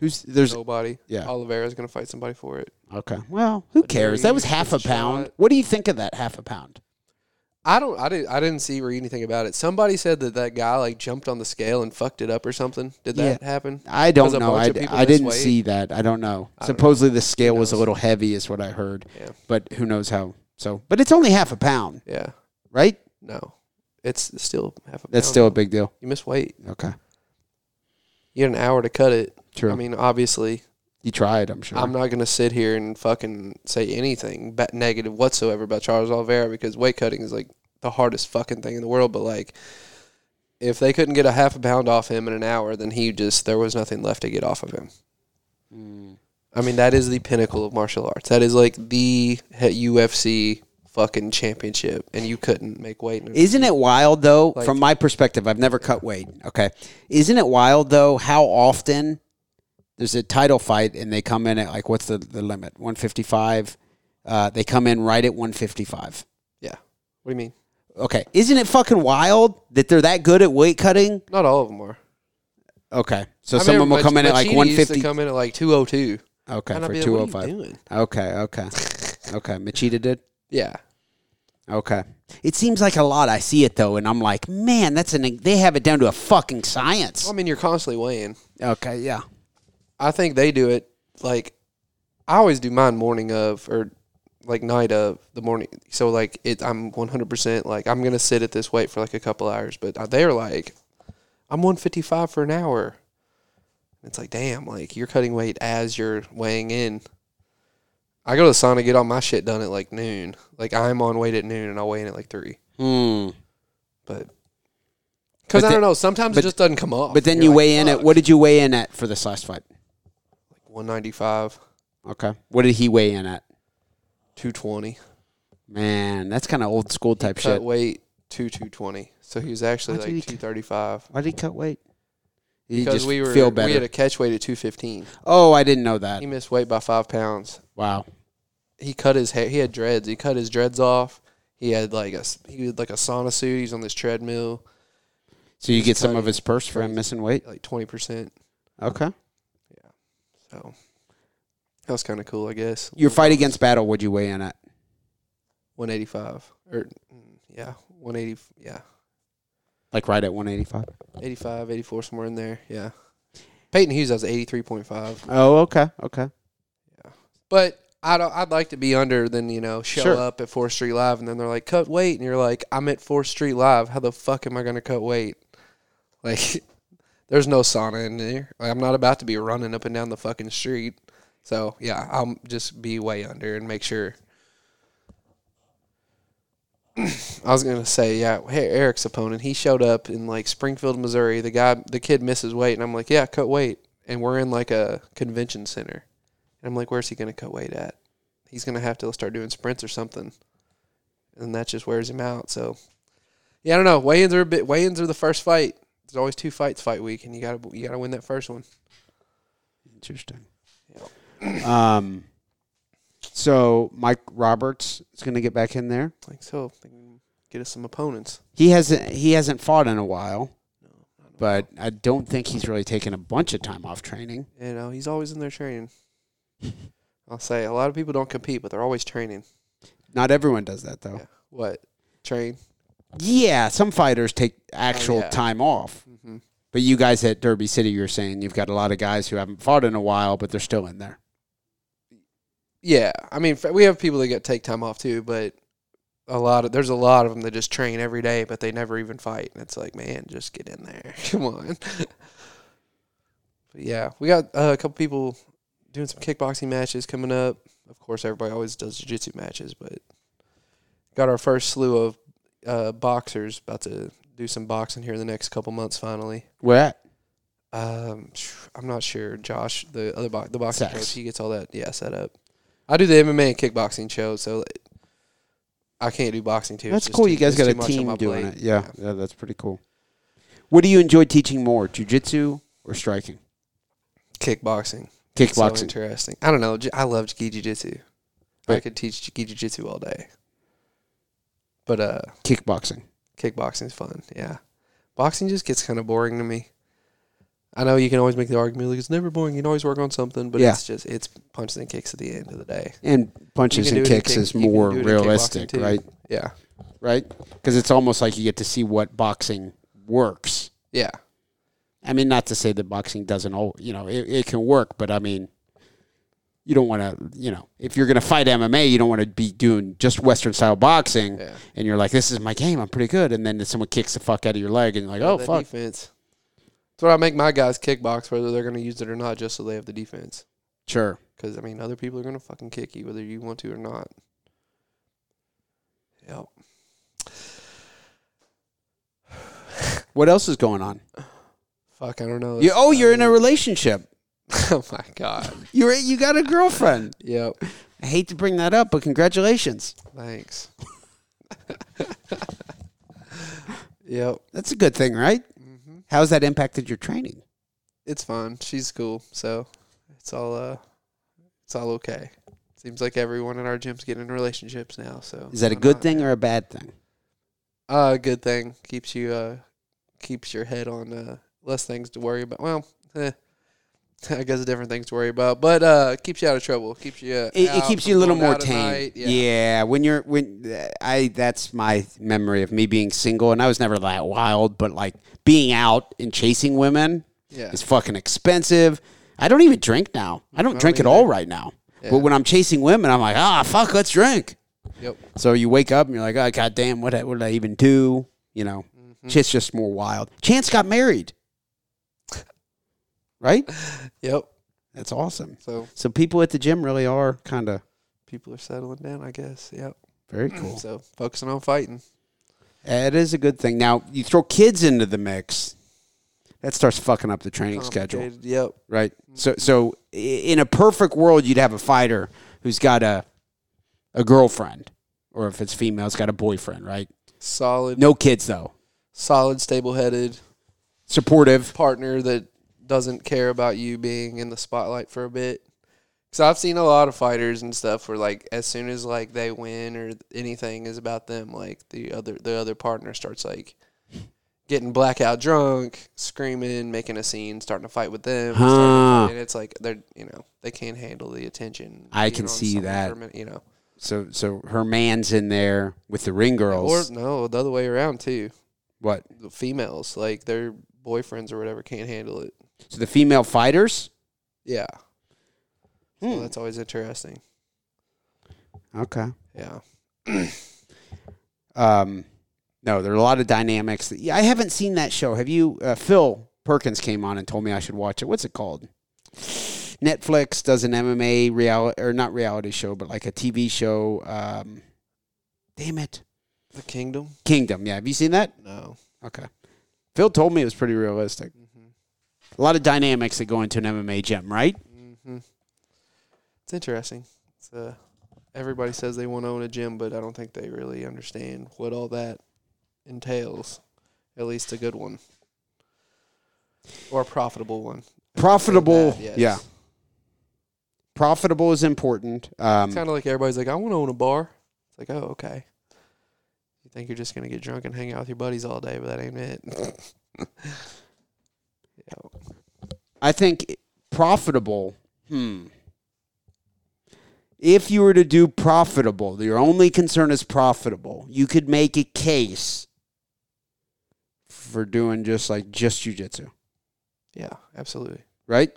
Speaker 4: Who's there's
Speaker 2: Nobody.
Speaker 4: Yeah.
Speaker 2: Oliveira's gonna fight somebody for it.
Speaker 4: okay. Well, who cares? That was
Speaker 2: Rodriguez
Speaker 4: half a
Speaker 2: was
Speaker 4: pound.
Speaker 2: shot.
Speaker 4: What do you think of that half a pound?
Speaker 2: I don't. I didn't. I didn't see or read anything about it. Somebody said that that guy like jumped on the scale and fucked it up or something. Did that happen?
Speaker 4: I don't
Speaker 2: 'Cause a
Speaker 4: know.
Speaker 2: bunch
Speaker 4: I,
Speaker 2: of people
Speaker 4: I didn't
Speaker 2: misweighed.
Speaker 4: see that. I don't know. Supposedly the scale was a little heavy, is what I heard.
Speaker 2: Yeah.
Speaker 4: But who knows how? So, but it's only half a pound,
Speaker 2: Yeah.
Speaker 4: right?
Speaker 2: No. It's still half a.
Speaker 4: That's
Speaker 2: pound.
Speaker 4: still a big deal.
Speaker 2: You miss weight.
Speaker 4: Okay,
Speaker 2: You had an hour to cut it.
Speaker 4: true.
Speaker 2: I mean, obviously,
Speaker 4: you tried, I'm sure.
Speaker 2: I'm not gonna sit here and fucking say anything ba- negative whatsoever about Charles Oliveira because weight cutting is like the hardest fucking thing in the world. But like, if they couldn't get a half a pound off him in an hour, then he just there was nothing left to get off of him.
Speaker 1: Mm.
Speaker 2: I mean, that is the pinnacle of martial arts. That is like the he- UFC fucking championship, and you couldn't make weight. in-
Speaker 1: Isn't it wild though?
Speaker 2: Like-
Speaker 1: from my perspective, I've never cut weight. Okay, isn't it wild though? How often there's a title fight and they come in at like what's the, the limit? One fifty five. Uh, they come in right at one fifty five.
Speaker 2: yeah. What do you mean?
Speaker 1: Okay, isn't it fucking wild that they're that good at weight cutting?
Speaker 2: Not all of them are.
Speaker 1: Okay, so someone will come in at like one fifty.
Speaker 2: Come in at like two oh two.
Speaker 1: Okay,
Speaker 2: And I'd
Speaker 1: for
Speaker 2: be like,
Speaker 1: two
Speaker 2: what are
Speaker 1: oh
Speaker 2: you
Speaker 1: five.
Speaker 2: doing?
Speaker 1: Okay, okay, okay. Machida did.
Speaker 2: Yeah.
Speaker 1: Okay. It seems like a lot. I see it though, and I'm like, man, that's an they have it down to a fucking
Speaker 2: I
Speaker 1: science.
Speaker 2: mean, you're constantly weighing.
Speaker 1: Okay, yeah.
Speaker 2: I think they do it like I always do mine morning of or like night of the morning. So like it, I'm 100 percent like I'm gonna sit at this weight for like a couple hours. But they're like, I'm 155 for an hour. It's like damn, like you're cutting weight as you're weighing in. I go to the sauna, get all my shit done at like noon. Like I'm on weight at noon, and I'll weigh in at like three.
Speaker 1: Hmm.
Speaker 2: But because
Speaker 1: But
Speaker 2: I
Speaker 1: the-
Speaker 2: don't know, sometimes it just doesn't come off.
Speaker 1: But then
Speaker 2: You're
Speaker 1: you
Speaker 2: like,
Speaker 1: weigh in at
Speaker 2: "Fuck."
Speaker 1: what did you weigh in at for this last fight?
Speaker 2: 195,
Speaker 1: Okay. What did he weigh in at?
Speaker 2: 220.
Speaker 1: Man, that's kind of old school type
Speaker 2: cut
Speaker 1: shit.
Speaker 2: weight to 220. So he was actually
Speaker 1: Why did he
Speaker 2: like
Speaker 1: cut-
Speaker 2: 235.
Speaker 1: Why did he cut weight? He
Speaker 2: Because
Speaker 1: just
Speaker 2: we were
Speaker 1: feel
Speaker 2: we
Speaker 1: better.
Speaker 2: had a catch weight at 215.
Speaker 1: oh, I didn't know that.
Speaker 2: He missed weight by five pounds.
Speaker 1: Wow.
Speaker 2: He cut his hair. He had dreads. He cut his dreads off. He had like a s- he had like a sauna suit. He's on this treadmill
Speaker 1: So you
Speaker 2: He's
Speaker 1: get some of
Speaker 2: cutting
Speaker 1: his purse for him
Speaker 2: crazy.
Speaker 1: missing weight.
Speaker 2: like 20 percent.
Speaker 1: Okay.
Speaker 2: So that was kind of cool, I guess.
Speaker 1: Your fight against Battle, what'd you weigh in at?
Speaker 2: 185 or mm, yeah, 180 yeah,
Speaker 1: Like right at 185.
Speaker 2: 85, 84 somewhere in there. Yeah. Peyton Hughes, I was 83.5.
Speaker 1: Oh, okay, okay.
Speaker 2: But I don't. I'd like to be under than you know show
Speaker 1: Sure.
Speaker 2: up at Fourth Street Live and then they're like cut weight and you're like I'm at Fourth Street Live. How the fuck am I gonna cut weight? Like there's no sauna in there. Like, I'm not about to be running up and down the fucking street. So yeah, I'll just be way under and make sure. I was gonna say yeah. Hey, Eric's opponent. He showed up in like Springfield, Missouri. The guy, the kid misses weight, and I'm like, yeah, cut weight. And we're in like a convention center. And I'm like, where's he going to cut weight at? He's going to have to start doing sprints or something. And that just wears him out. So, yeah, I don't know. Weigh-ins are a bit. Weigh-ins are the first fight. There's always two fights fight week, and you gotta you gotta win that first one.
Speaker 1: Interesting.
Speaker 2: Yeah.
Speaker 4: Um, so Mike Roberts is going to get back in there.
Speaker 2: Like so, I think we can get us some opponents.
Speaker 4: He hasn't he hasn't fought in a while, but I don't think he's really taken a bunch of time off training.
Speaker 2: You know, he's always in there training. I'll say a lot of people don't compete, but they're always training.
Speaker 4: Not everyone does that though.
Speaker 2: Yeah. What train?
Speaker 4: Yeah, some fighters take actual
Speaker 2: Oh, yeah.
Speaker 4: time off.
Speaker 2: Mm-hmm.
Speaker 4: But you guys at Derby City, you're saying you've got a lot of guys who haven't fought in a while, but they're still in there.
Speaker 2: Yeah, I mean, f- we have people that get take time off too, but a lot of there's a lot of them that just train every day, but they never even fight. And it's like, man, just get in there, come on. but yeah, we got uh, a couple people doing some kickboxing matches coming up. Of course, everybody always does jiu-jitsu matches, but got our first slew of uh, boxers about to do some boxing here in the next couple months. Finally,
Speaker 4: Where at?
Speaker 2: um, I'm not sure. Josh, the other bo- the boxing
Speaker 4: Sacks.
Speaker 2: coach, he gets all that yeah set up. I do the MMA and kickboxing show, so like, I can't do boxing too.
Speaker 4: That's
Speaker 2: It's just
Speaker 4: cool.
Speaker 2: too-
Speaker 4: You guys
Speaker 2: it's
Speaker 4: got
Speaker 2: too
Speaker 4: a
Speaker 2: much on
Speaker 4: team
Speaker 2: my
Speaker 4: doing
Speaker 2: plate.
Speaker 4: it. Yeah, yeah, that's pretty cool. What do you enjoy teaching more, jujitsu or striking?
Speaker 2: Kickboxing,
Speaker 4: Kickboxing.
Speaker 2: So interesting. I don't know. J- I love gi jitsu. I
Speaker 4: Right.
Speaker 2: could teach gi jitsu all day, but uh,
Speaker 4: Kickboxing.
Speaker 2: kickboxing's fun. Yeah, boxing just gets kind of boring to me. I know you can always make the argument like it's never boring. You can always work on something, but
Speaker 4: Yeah.
Speaker 2: it's just it's punches and kicks at the end of the day.
Speaker 4: And punches
Speaker 2: You can
Speaker 4: and
Speaker 2: do it in
Speaker 4: kicks
Speaker 2: kick-
Speaker 4: is
Speaker 2: you can
Speaker 4: more
Speaker 2: do it in
Speaker 4: realistic,
Speaker 2: kickboxing, too.
Speaker 4: right?
Speaker 2: Yeah,
Speaker 4: Right? Because it's almost like you get to see what boxing works.
Speaker 2: yeah,
Speaker 4: I mean, not to say that boxing doesn't all, you know, it, it can work, but I mean, you don't want to, you know, if you're going to fight MMA, you don't want to be doing just Western style boxing.
Speaker 2: Yeah.
Speaker 4: And you're like, this is my game. I'm pretty good. And then someone kicks the fuck out of your leg and you're like, oh,
Speaker 2: That
Speaker 4: fuck.
Speaker 2: defense. That's what I make my guys kickbox, whether they're going to use it or not, just so they have the defense.
Speaker 4: Sure.
Speaker 2: Because I mean, other people are going to fucking kick you, whether you want to or not. Yep.
Speaker 1: What else is going on?
Speaker 2: Fuck, I don't know.
Speaker 1: You, oh, you're in
Speaker 2: um,
Speaker 1: a relationship.
Speaker 2: oh my god.
Speaker 1: You're you got a girlfriend.
Speaker 2: Yep.
Speaker 1: I hate to bring that up, but congratulations.
Speaker 2: Thanks. yep. Mm-hmm.
Speaker 1: That's a good thing, right? How's that impacted your training?
Speaker 2: It's fine. She's cool. So it's all uh, it's all okay. Seems like everyone in our gym's getting in relationships now. So
Speaker 1: Is that a
Speaker 2: I'm
Speaker 1: good
Speaker 2: not-
Speaker 1: thing or a bad thing?
Speaker 2: Uh, good thing keeps you uh keeps your head on uh less things to worry about. Well, eh, I guess different things to worry about, but uh, keeps you out of trouble. Keeps you. Uh,
Speaker 1: It, it
Speaker 2: out
Speaker 1: keeps
Speaker 2: from
Speaker 1: you a little
Speaker 2: going
Speaker 1: more
Speaker 2: out at
Speaker 1: tame.
Speaker 2: night.
Speaker 1: Yeah. when you're when I that's my memory of me being single, and I was never that wild, but like being out and chasing women
Speaker 2: Yeah.
Speaker 1: is fucking expensive. I don't even drink now. I don't drink at all right now. But when I'm chasing women, I'm like, ah, fuck, let's drink.
Speaker 2: Yep.
Speaker 1: So you wake up and you're like, oh, goddamn, what, what did I even do? You know,
Speaker 2: Mm-hmm.
Speaker 1: shit's just more wild. Chance got married, right?
Speaker 2: Yep.
Speaker 1: That's awesome.
Speaker 2: So
Speaker 1: So people at the gym really are kind of
Speaker 2: people are settling down, I guess. Yep.
Speaker 1: very cool.
Speaker 2: So focusing on fighting.
Speaker 1: It is a good thing. Now you throw kids into the mix, that starts fucking up the training schedule,
Speaker 2: Complicated. Yep.
Speaker 1: right? So, so i- in a perfect world, you'd have a fighter who's got a a girlfriend, or if it's female, it's got a boyfriend, right?
Speaker 2: Solid.
Speaker 1: No kids though.
Speaker 2: solid, stable headed
Speaker 1: Supportive.
Speaker 2: partner that doesn't care about you being in the spotlight for a bit. Because I've seen a lot of fighters and stuff where like as soon as like they win or anything is about them, like the other the other partner starts like getting blackout drunk, screaming, making a scene, starting to fight with them, starting to
Speaker 1: Huh.
Speaker 2: fight, and it's like they're you know they can't handle the attention.
Speaker 1: I
Speaker 2: being
Speaker 1: can
Speaker 2: on
Speaker 1: see
Speaker 2: someone
Speaker 1: that.
Speaker 2: for a minute, you know,
Speaker 1: So so her man's in there with the ring
Speaker 2: or
Speaker 1: girls.
Speaker 2: no, the other way around too.
Speaker 1: what?
Speaker 2: The females like their boyfriends or whatever can't handle it.
Speaker 1: So the female fighters?
Speaker 2: Yeah. So
Speaker 1: Hmm.
Speaker 2: that's always interesting.
Speaker 1: Okay.
Speaker 2: Yeah.
Speaker 1: Um, no, there are a lot of dynamics. That, yeah, I haven't seen that show. Have you? Uh, Phil Perkins came on and told me I should watch it. What's it called? Netflix does an MMA reality or not reality show, but like a TV show. Um, damn it,
Speaker 2: The kingdom?
Speaker 1: Kingdom. Yeah, have you seen that?
Speaker 2: No.
Speaker 1: Okay. Phil told me it was pretty realistic.
Speaker 2: Mm-hmm.
Speaker 1: A lot of dynamics that go into an MMA gym, right?
Speaker 2: Mm-hmm. It's interesting. It's, uh, everybody says they want to own a gym, but I don't think they really understand what all that entails. At least a good one. Or a profitable one.
Speaker 1: Profitable,
Speaker 2: Say that,
Speaker 1: yeah. Profitable is important. Um,
Speaker 2: It's kind of like everybody's like, I want to own a bar. It's like, oh, okay. You think you're just going to get drunk and hang out with your buddies all day, but that ain't it. yeah.
Speaker 1: I think profitable. Hmm. If you were to do profitable, your only concern is profitable. You could make a case for doing just like just jujitsu,
Speaker 2: Yeah, absolutely.
Speaker 1: right?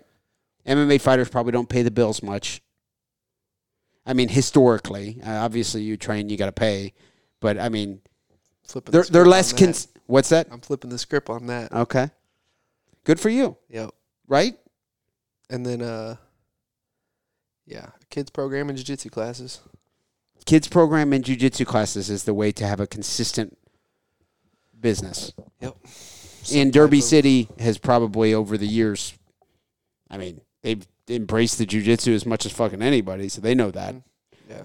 Speaker 1: MMA fighters probably don't pay the bills much. I mean, historically, uh, obviously, you train, you got to pay, but I mean,
Speaker 2: Flipping the
Speaker 1: they're they're
Speaker 2: script
Speaker 1: less.
Speaker 2: on that.
Speaker 1: Cons- What's that?
Speaker 2: I'm flipping the script on that.
Speaker 1: Okay, good for you,
Speaker 2: Yep.
Speaker 1: right?
Speaker 2: And then uh yeah, kids program and jiu-jitsu classes.
Speaker 1: kids program and jujitsu classes is the way to have a consistent business.
Speaker 2: Yep.
Speaker 1: and Derby
Speaker 2: type of-
Speaker 1: City has probably over the years, I mean, they've embraced the jujitsu as much as fucking anybody, so they know that.
Speaker 2: Yeah.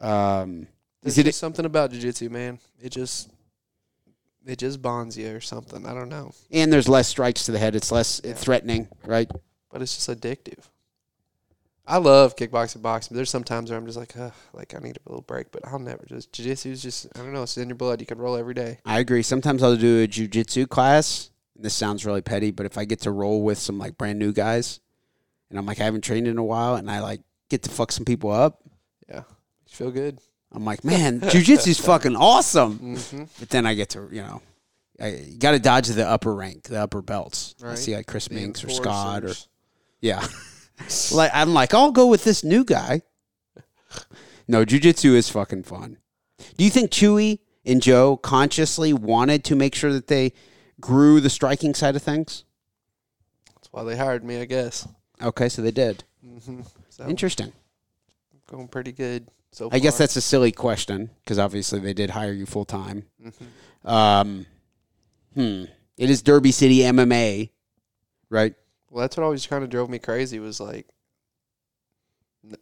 Speaker 1: Um,
Speaker 2: There's
Speaker 1: is it?
Speaker 2: just something about jiu-jitsu, man. It just it just bonds you or something. I don't know.
Speaker 1: And there's less strikes to the head. It's less
Speaker 2: Yeah.
Speaker 1: threatening, right?
Speaker 2: But it's just addictive. I love kickboxing boxing, but there's sometimes where I'm just like, Ugh, like I need a little break, but I'll never just jiu-jitsu is just I don't know, it's in your blood. You can roll every day.
Speaker 1: I agree. Sometimes I'll do a jujitsu class and this sounds really petty, but if I get to roll with some like brand new guys, and I'm like I haven't trained in a while, and I like get to fuck some people up,
Speaker 2: Yeah. You feel good.
Speaker 1: I'm like, man, jujitsu's fucking awesome.
Speaker 2: Mm-hmm.
Speaker 1: But then I get to, you know, I you got to dodge the upper rank, the upper belts. I
Speaker 2: Right.
Speaker 1: see like Chris Minks or
Speaker 2: Enforcers.
Speaker 1: Scott or yeah. like I'm like, I'll go with this new guy. No, jujitsu is fucking fun. Do you think Chewy and Joe consciously wanted to make sure that they grew the striking side of things?
Speaker 2: That's why they hired me, I guess.
Speaker 1: Okay, so they did.
Speaker 2: Mm-hmm. So
Speaker 1: Interesting.
Speaker 2: going pretty good. So
Speaker 1: I guess
Speaker 2: far.
Speaker 1: that's a silly question because obviously they did hire you full time.
Speaker 2: Mhm.
Speaker 1: Um, hmm. It is Derby City MMA, right?
Speaker 2: Well, that's what always kind of drove me crazy was like,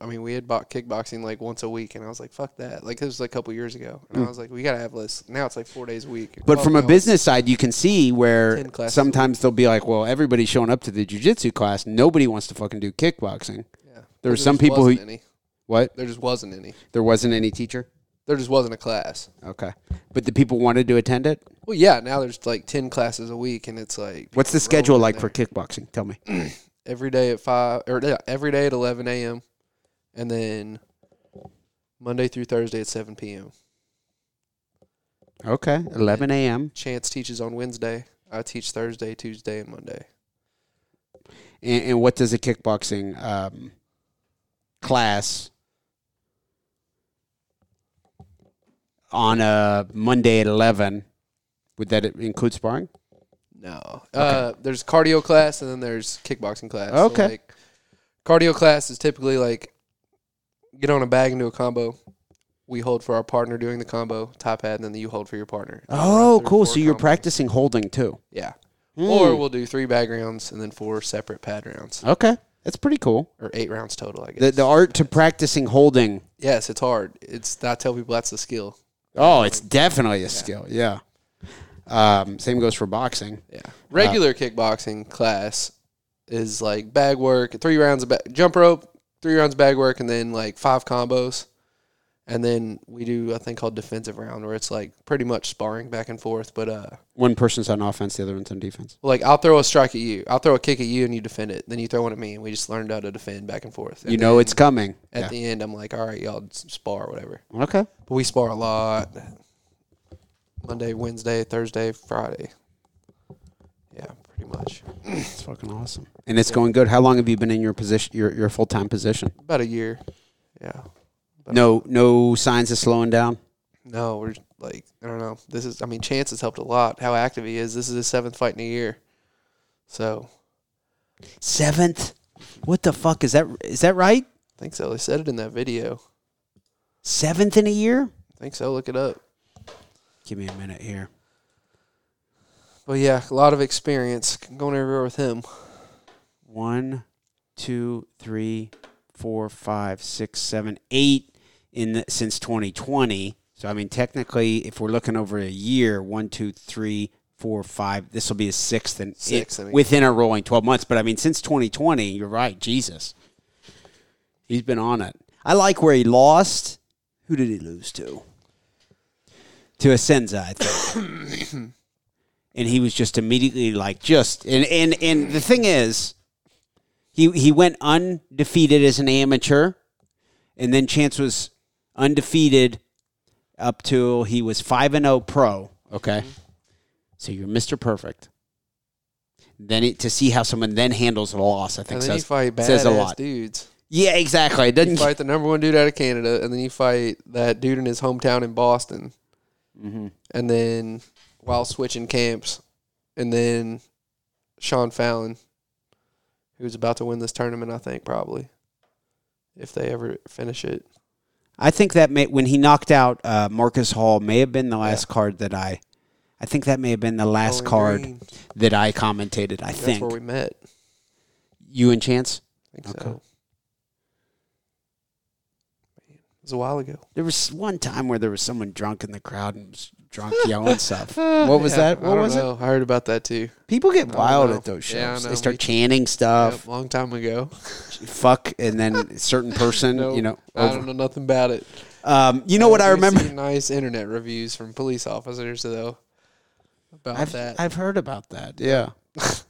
Speaker 2: I mean, we had bought kickboxing like once a week, and I was like, fuck that. Like, this was like a couple years ago. And I was like, we got to have less. Now it's like four days a week.
Speaker 1: Hmm. But
Speaker 2: Well,
Speaker 1: from a
Speaker 2: no,
Speaker 1: business side, you can see where
Speaker 2: 10 classes a
Speaker 1: sometimes they'll be like, "Well, everybody's showing up to the jujitsu class. Nobody wants to fucking do kickboxing."
Speaker 2: yeah.
Speaker 1: were
Speaker 2: just
Speaker 1: some people who-
Speaker 2: wasn't Any.
Speaker 1: What?
Speaker 2: There just wasn't any.
Speaker 1: There wasn't any teacher.
Speaker 2: There just wasn't a class.
Speaker 1: Okay, but the people wanted to attend it.
Speaker 2: Well, yeah, now there's like 10 classes a week, and it's like.
Speaker 1: What's the
Speaker 2: people rolling
Speaker 1: schedule
Speaker 2: in
Speaker 1: like
Speaker 2: there.
Speaker 1: for kickboxing? Tell me.
Speaker 2: every day at five or yeah, every day at eleven a.m. and then Monday through Thursday at seven p.m.
Speaker 1: Okay, 11 a.m.
Speaker 2: Chance teaches on Wednesday. I teach Thursday, Tuesday, and Monday.
Speaker 1: And, and what does a kickboxing um, class on a Monday at 11? Would that include sparring?
Speaker 2: No, uh, there's cardio class and then there's kickboxing class.
Speaker 1: Okay.
Speaker 2: like, cardio class is typically like get on a bag and do a combo. We hold for our partner doing the combo, top hat, and then you hold for your partner.
Speaker 1: Oh,
Speaker 2: Run through
Speaker 1: cool.
Speaker 2: four
Speaker 1: So you're
Speaker 2: combos.
Speaker 1: practicing holding too.
Speaker 2: Yeah.
Speaker 1: Hmm.
Speaker 2: Or we'll do three bag rounds and then four separate pad rounds,
Speaker 1: Okay. That's pretty cool.
Speaker 2: or eight rounds total, I guess.
Speaker 1: The, the art to practicing holding.
Speaker 2: Yes, it's hard. It's I tell people that's the skill.
Speaker 1: Oh, it's definitely a skill. Yeah. Um, same goes for boxing.
Speaker 2: Yeah. Regular kickboxing class is like bag work, three rounds of ba- jump rope, three rounds of bag work, and then like five combos. And then we do a thing called defensive round where it's like pretty much sparring back and forth. But uh,
Speaker 1: One person's on offense, the other one's on defense.
Speaker 2: like I'll throw a strike at you, I'll throw a kick at you, and you defend it. Then you throw one at me, and we just learned how to defend back and forth.
Speaker 1: You know it's coming.
Speaker 2: at
Speaker 1: Yeah.
Speaker 2: the end, I'm like, all right, y'all s- spar, whatever.
Speaker 1: Okay.
Speaker 2: But we spar a lot. Monday, Wednesday, Thursday, Friday. Yeah, pretty much.
Speaker 1: It's fucking awesome. And it's going good. How long have you been in your position, your, your full time position?
Speaker 2: About a year. Yeah. But-
Speaker 1: No, no signs of slowing down.
Speaker 2: No, we're like I don't know. This is I mean, Chance has helped a lot. How active he is. This is his seventh fight in a year. So
Speaker 1: Seventh. What the fuck is that? Is that right?
Speaker 2: I think so. They said it in that video.
Speaker 1: Seventh in a year?
Speaker 2: I think so. Look it up.
Speaker 1: Give me a minute here.
Speaker 2: But yeah, a lot of experience going everywhere with him.
Speaker 1: One, two, three, four, five, six, seven, eight in the, since 2020. So I mean, technically, if we're looking over a year, one, two, three, four, five. This will be his sixth and
Speaker 2: Sixth, I mean.
Speaker 1: within a rolling 12 months. But I mean, since 2020, you're right. Jesus, he's been on it. I like where he lost. Who did he lose to? To Asenza, I think and he was just immediately like just and and and the thing is he he went undefeated as an amateur and then chance was undefeated up till he was 5 and 0 pro okay so you're Mr. Perfect then it, to see how someone then handles a loss i think
Speaker 2: And then
Speaker 1: says,
Speaker 2: you fight badass
Speaker 1: says a lot
Speaker 2: dudes.
Speaker 1: yeah exactly it
Speaker 2: You
Speaker 1: doesn't
Speaker 2: fight the number one dude out of Canada, and then you fight that dude in his hometown in Boston. And then while switching camps, and then Sean Fallon, who's about to win this tournament, I think probably, if they ever finish it.
Speaker 1: I think that may, when he knocked out uh, Marcus Hall may have been the last card that I, I think that may have been the last
Speaker 2: Bowling
Speaker 1: card
Speaker 2: Green.
Speaker 1: that I commentated. I
Speaker 2: That's
Speaker 1: think
Speaker 2: where we met.
Speaker 1: you and Chance.
Speaker 2: I think
Speaker 1: Okay.
Speaker 2: so. Man, it was a while ago.
Speaker 1: There was one time where there was someone drunk in the crowd and was drunk yelling stuff. What was that?
Speaker 2: I
Speaker 1: What
Speaker 2: don't
Speaker 1: was it?
Speaker 2: know. I heard about that too.
Speaker 1: People get
Speaker 2: don't
Speaker 1: wild
Speaker 2: know.
Speaker 1: at those shows.
Speaker 2: Yeah, I
Speaker 1: they
Speaker 2: know.
Speaker 1: start
Speaker 2: We-
Speaker 1: chanting stuff,
Speaker 2: Yep, long time ago.
Speaker 1: fuck, and then a certain person,
Speaker 2: No,
Speaker 1: you know.
Speaker 2: I
Speaker 1: over-
Speaker 2: don't know nothing about it.
Speaker 1: Um, you know what I
Speaker 2: do
Speaker 1: remember?
Speaker 2: see Nice internet reviews from police officers, though. about
Speaker 1: I've,
Speaker 2: that.
Speaker 1: I've heard about that. Yeah.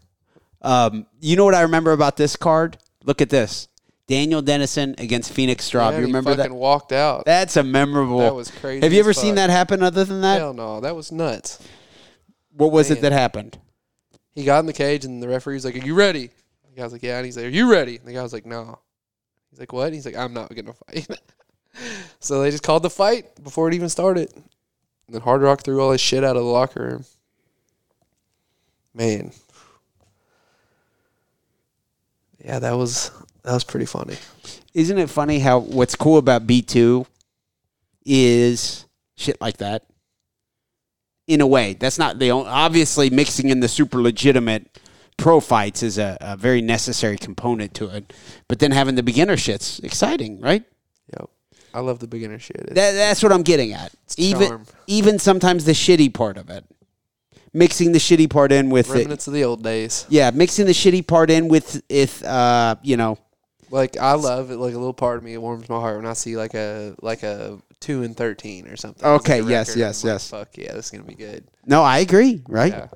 Speaker 1: um, you know what I remember about this card? Look at this. Daniel Dennison against Phoenix Straub. you
Speaker 2: Yeah, he
Speaker 1: remember that?
Speaker 2: fucking walked out.
Speaker 1: That's a memorable.
Speaker 2: That was crazy
Speaker 1: Have you
Speaker 2: as
Speaker 1: ever seen
Speaker 2: fuck.
Speaker 1: that happen other than that?
Speaker 2: Hell no, that was nuts.
Speaker 1: What was it that happened?
Speaker 2: He got in the cage and the referee was like, "Are you ready?" The guy was like, "Yeah," and he's like, "Are you ready?" And the guy was like, "No." He's like, "What?" He's like, "I'm not gonna fight." so they just called the fight before it even started. And then Hard Rock threw all his shit out of the locker room. Man, yeah, that was that was pretty funny.
Speaker 1: Isn't it funny how what's cool about B2 is shit like that? In a way, that's not the only. Obviously, mixing in the super legitimate pro fights is a, a very necessary component to it. But then having the beginner shit's exciting, right?
Speaker 2: Yep, I love the beginner shit. It's-
Speaker 1: That, that's what I'm getting at. even
Speaker 2: charm.
Speaker 1: even sometimes the shitty part of it, mixing the shitty part in with it.
Speaker 2: remnants of the old days.
Speaker 1: Yeah, mixing the shitty part in with if uh, you know,
Speaker 2: Like I love it. Like a little part of me, it warms my heart when I see like a like a two and thirteen or something. It's
Speaker 1: Okay,
Speaker 2: like a
Speaker 1: yes,
Speaker 2: record.
Speaker 1: yes,
Speaker 2: I'm like,
Speaker 1: yes.
Speaker 2: Fuck yeah, this is gonna be good.
Speaker 1: no, I agree, right?
Speaker 2: Yeah,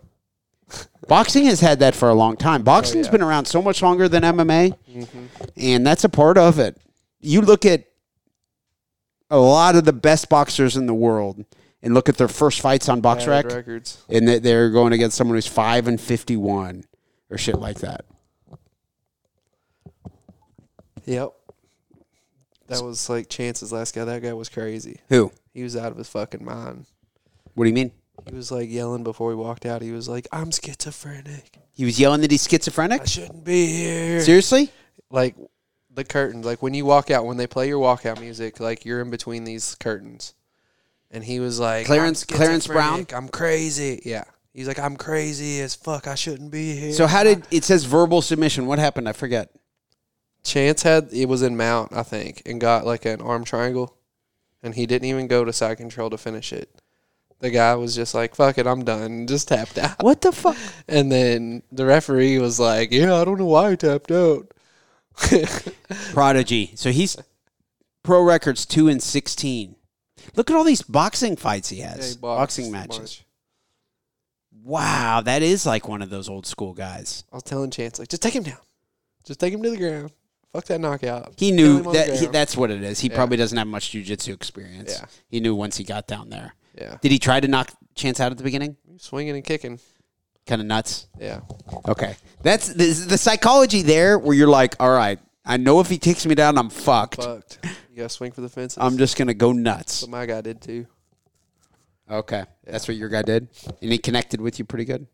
Speaker 1: Boxing has had that for a long time. Boxing's been around so much longer than MMA, and that's a part of it. You look at a lot of the best boxers in the world and look at their first fights on Box
Speaker 2: Bad
Speaker 1: Rec,
Speaker 2: records.
Speaker 1: and that they're going against someone who's five and fifty-one or shit like that.
Speaker 2: Yep. That was like Chance's last guy. That guy was crazy.
Speaker 1: Who?
Speaker 2: He was out of his fucking mind.
Speaker 1: What do you mean?
Speaker 2: He was like yelling before he walked out. He was like, "I'm schizophrenic.
Speaker 1: He was yelling that he's schizophrenic.
Speaker 2: I shouldn't be here."
Speaker 1: Seriously?
Speaker 2: like the curtains. Like when you walk out, when they play your walkout music, like you're in between these curtains. And he was like, "I'm
Speaker 1: Clarence- Clarence Brown?
Speaker 2: schizophrenic. I'm crazy. Yeah, he's like, I'm crazy as fuck. I shouldn't be here.
Speaker 1: So how did it says verbal submission? What happened? I forget.
Speaker 2: Chance had it was in mount, I think, and got like an arm triangle, and he didn't even go to side control to finish it. The guy was just like, "Fuck it, I'm done," and just tapped out.
Speaker 1: What the fuck?
Speaker 2: And then the referee was like, "Yeah, I don't know why he tapped out."
Speaker 1: Prodigy. So he's pro records two and sixteen. Look at all these boxing fights he
Speaker 2: Yeah, he
Speaker 1: has.
Speaker 2: boxed
Speaker 1: boxing
Speaker 2: a
Speaker 1: matches.
Speaker 2: bunch.
Speaker 1: Wow, that is like one of those old school guys.
Speaker 2: I was telling Chance, like, just take him down. Just take him to the ground. Fuck that knockout.
Speaker 1: He
Speaker 2: Kill
Speaker 1: knew
Speaker 2: him on the
Speaker 1: that he,
Speaker 2: ground.
Speaker 1: that's what it is. He probably doesn't have much jujitsu experience.
Speaker 2: Yeah.
Speaker 1: He knew once he got down there.
Speaker 2: yeah.
Speaker 1: Did he try to knock Chance out at the beginning?
Speaker 2: Swinging and kicking.
Speaker 1: Kind of nuts.
Speaker 2: Yeah.
Speaker 1: Okay, that's the, the psychology there, where you're like, all right, I know if he takes me down, I'm fucked.
Speaker 2: Fucked. You got to swing for the fences.
Speaker 1: I'm just gonna go nuts.
Speaker 2: What my guy did too.
Speaker 1: Okay, that's what your guy did, and he connected with you pretty good.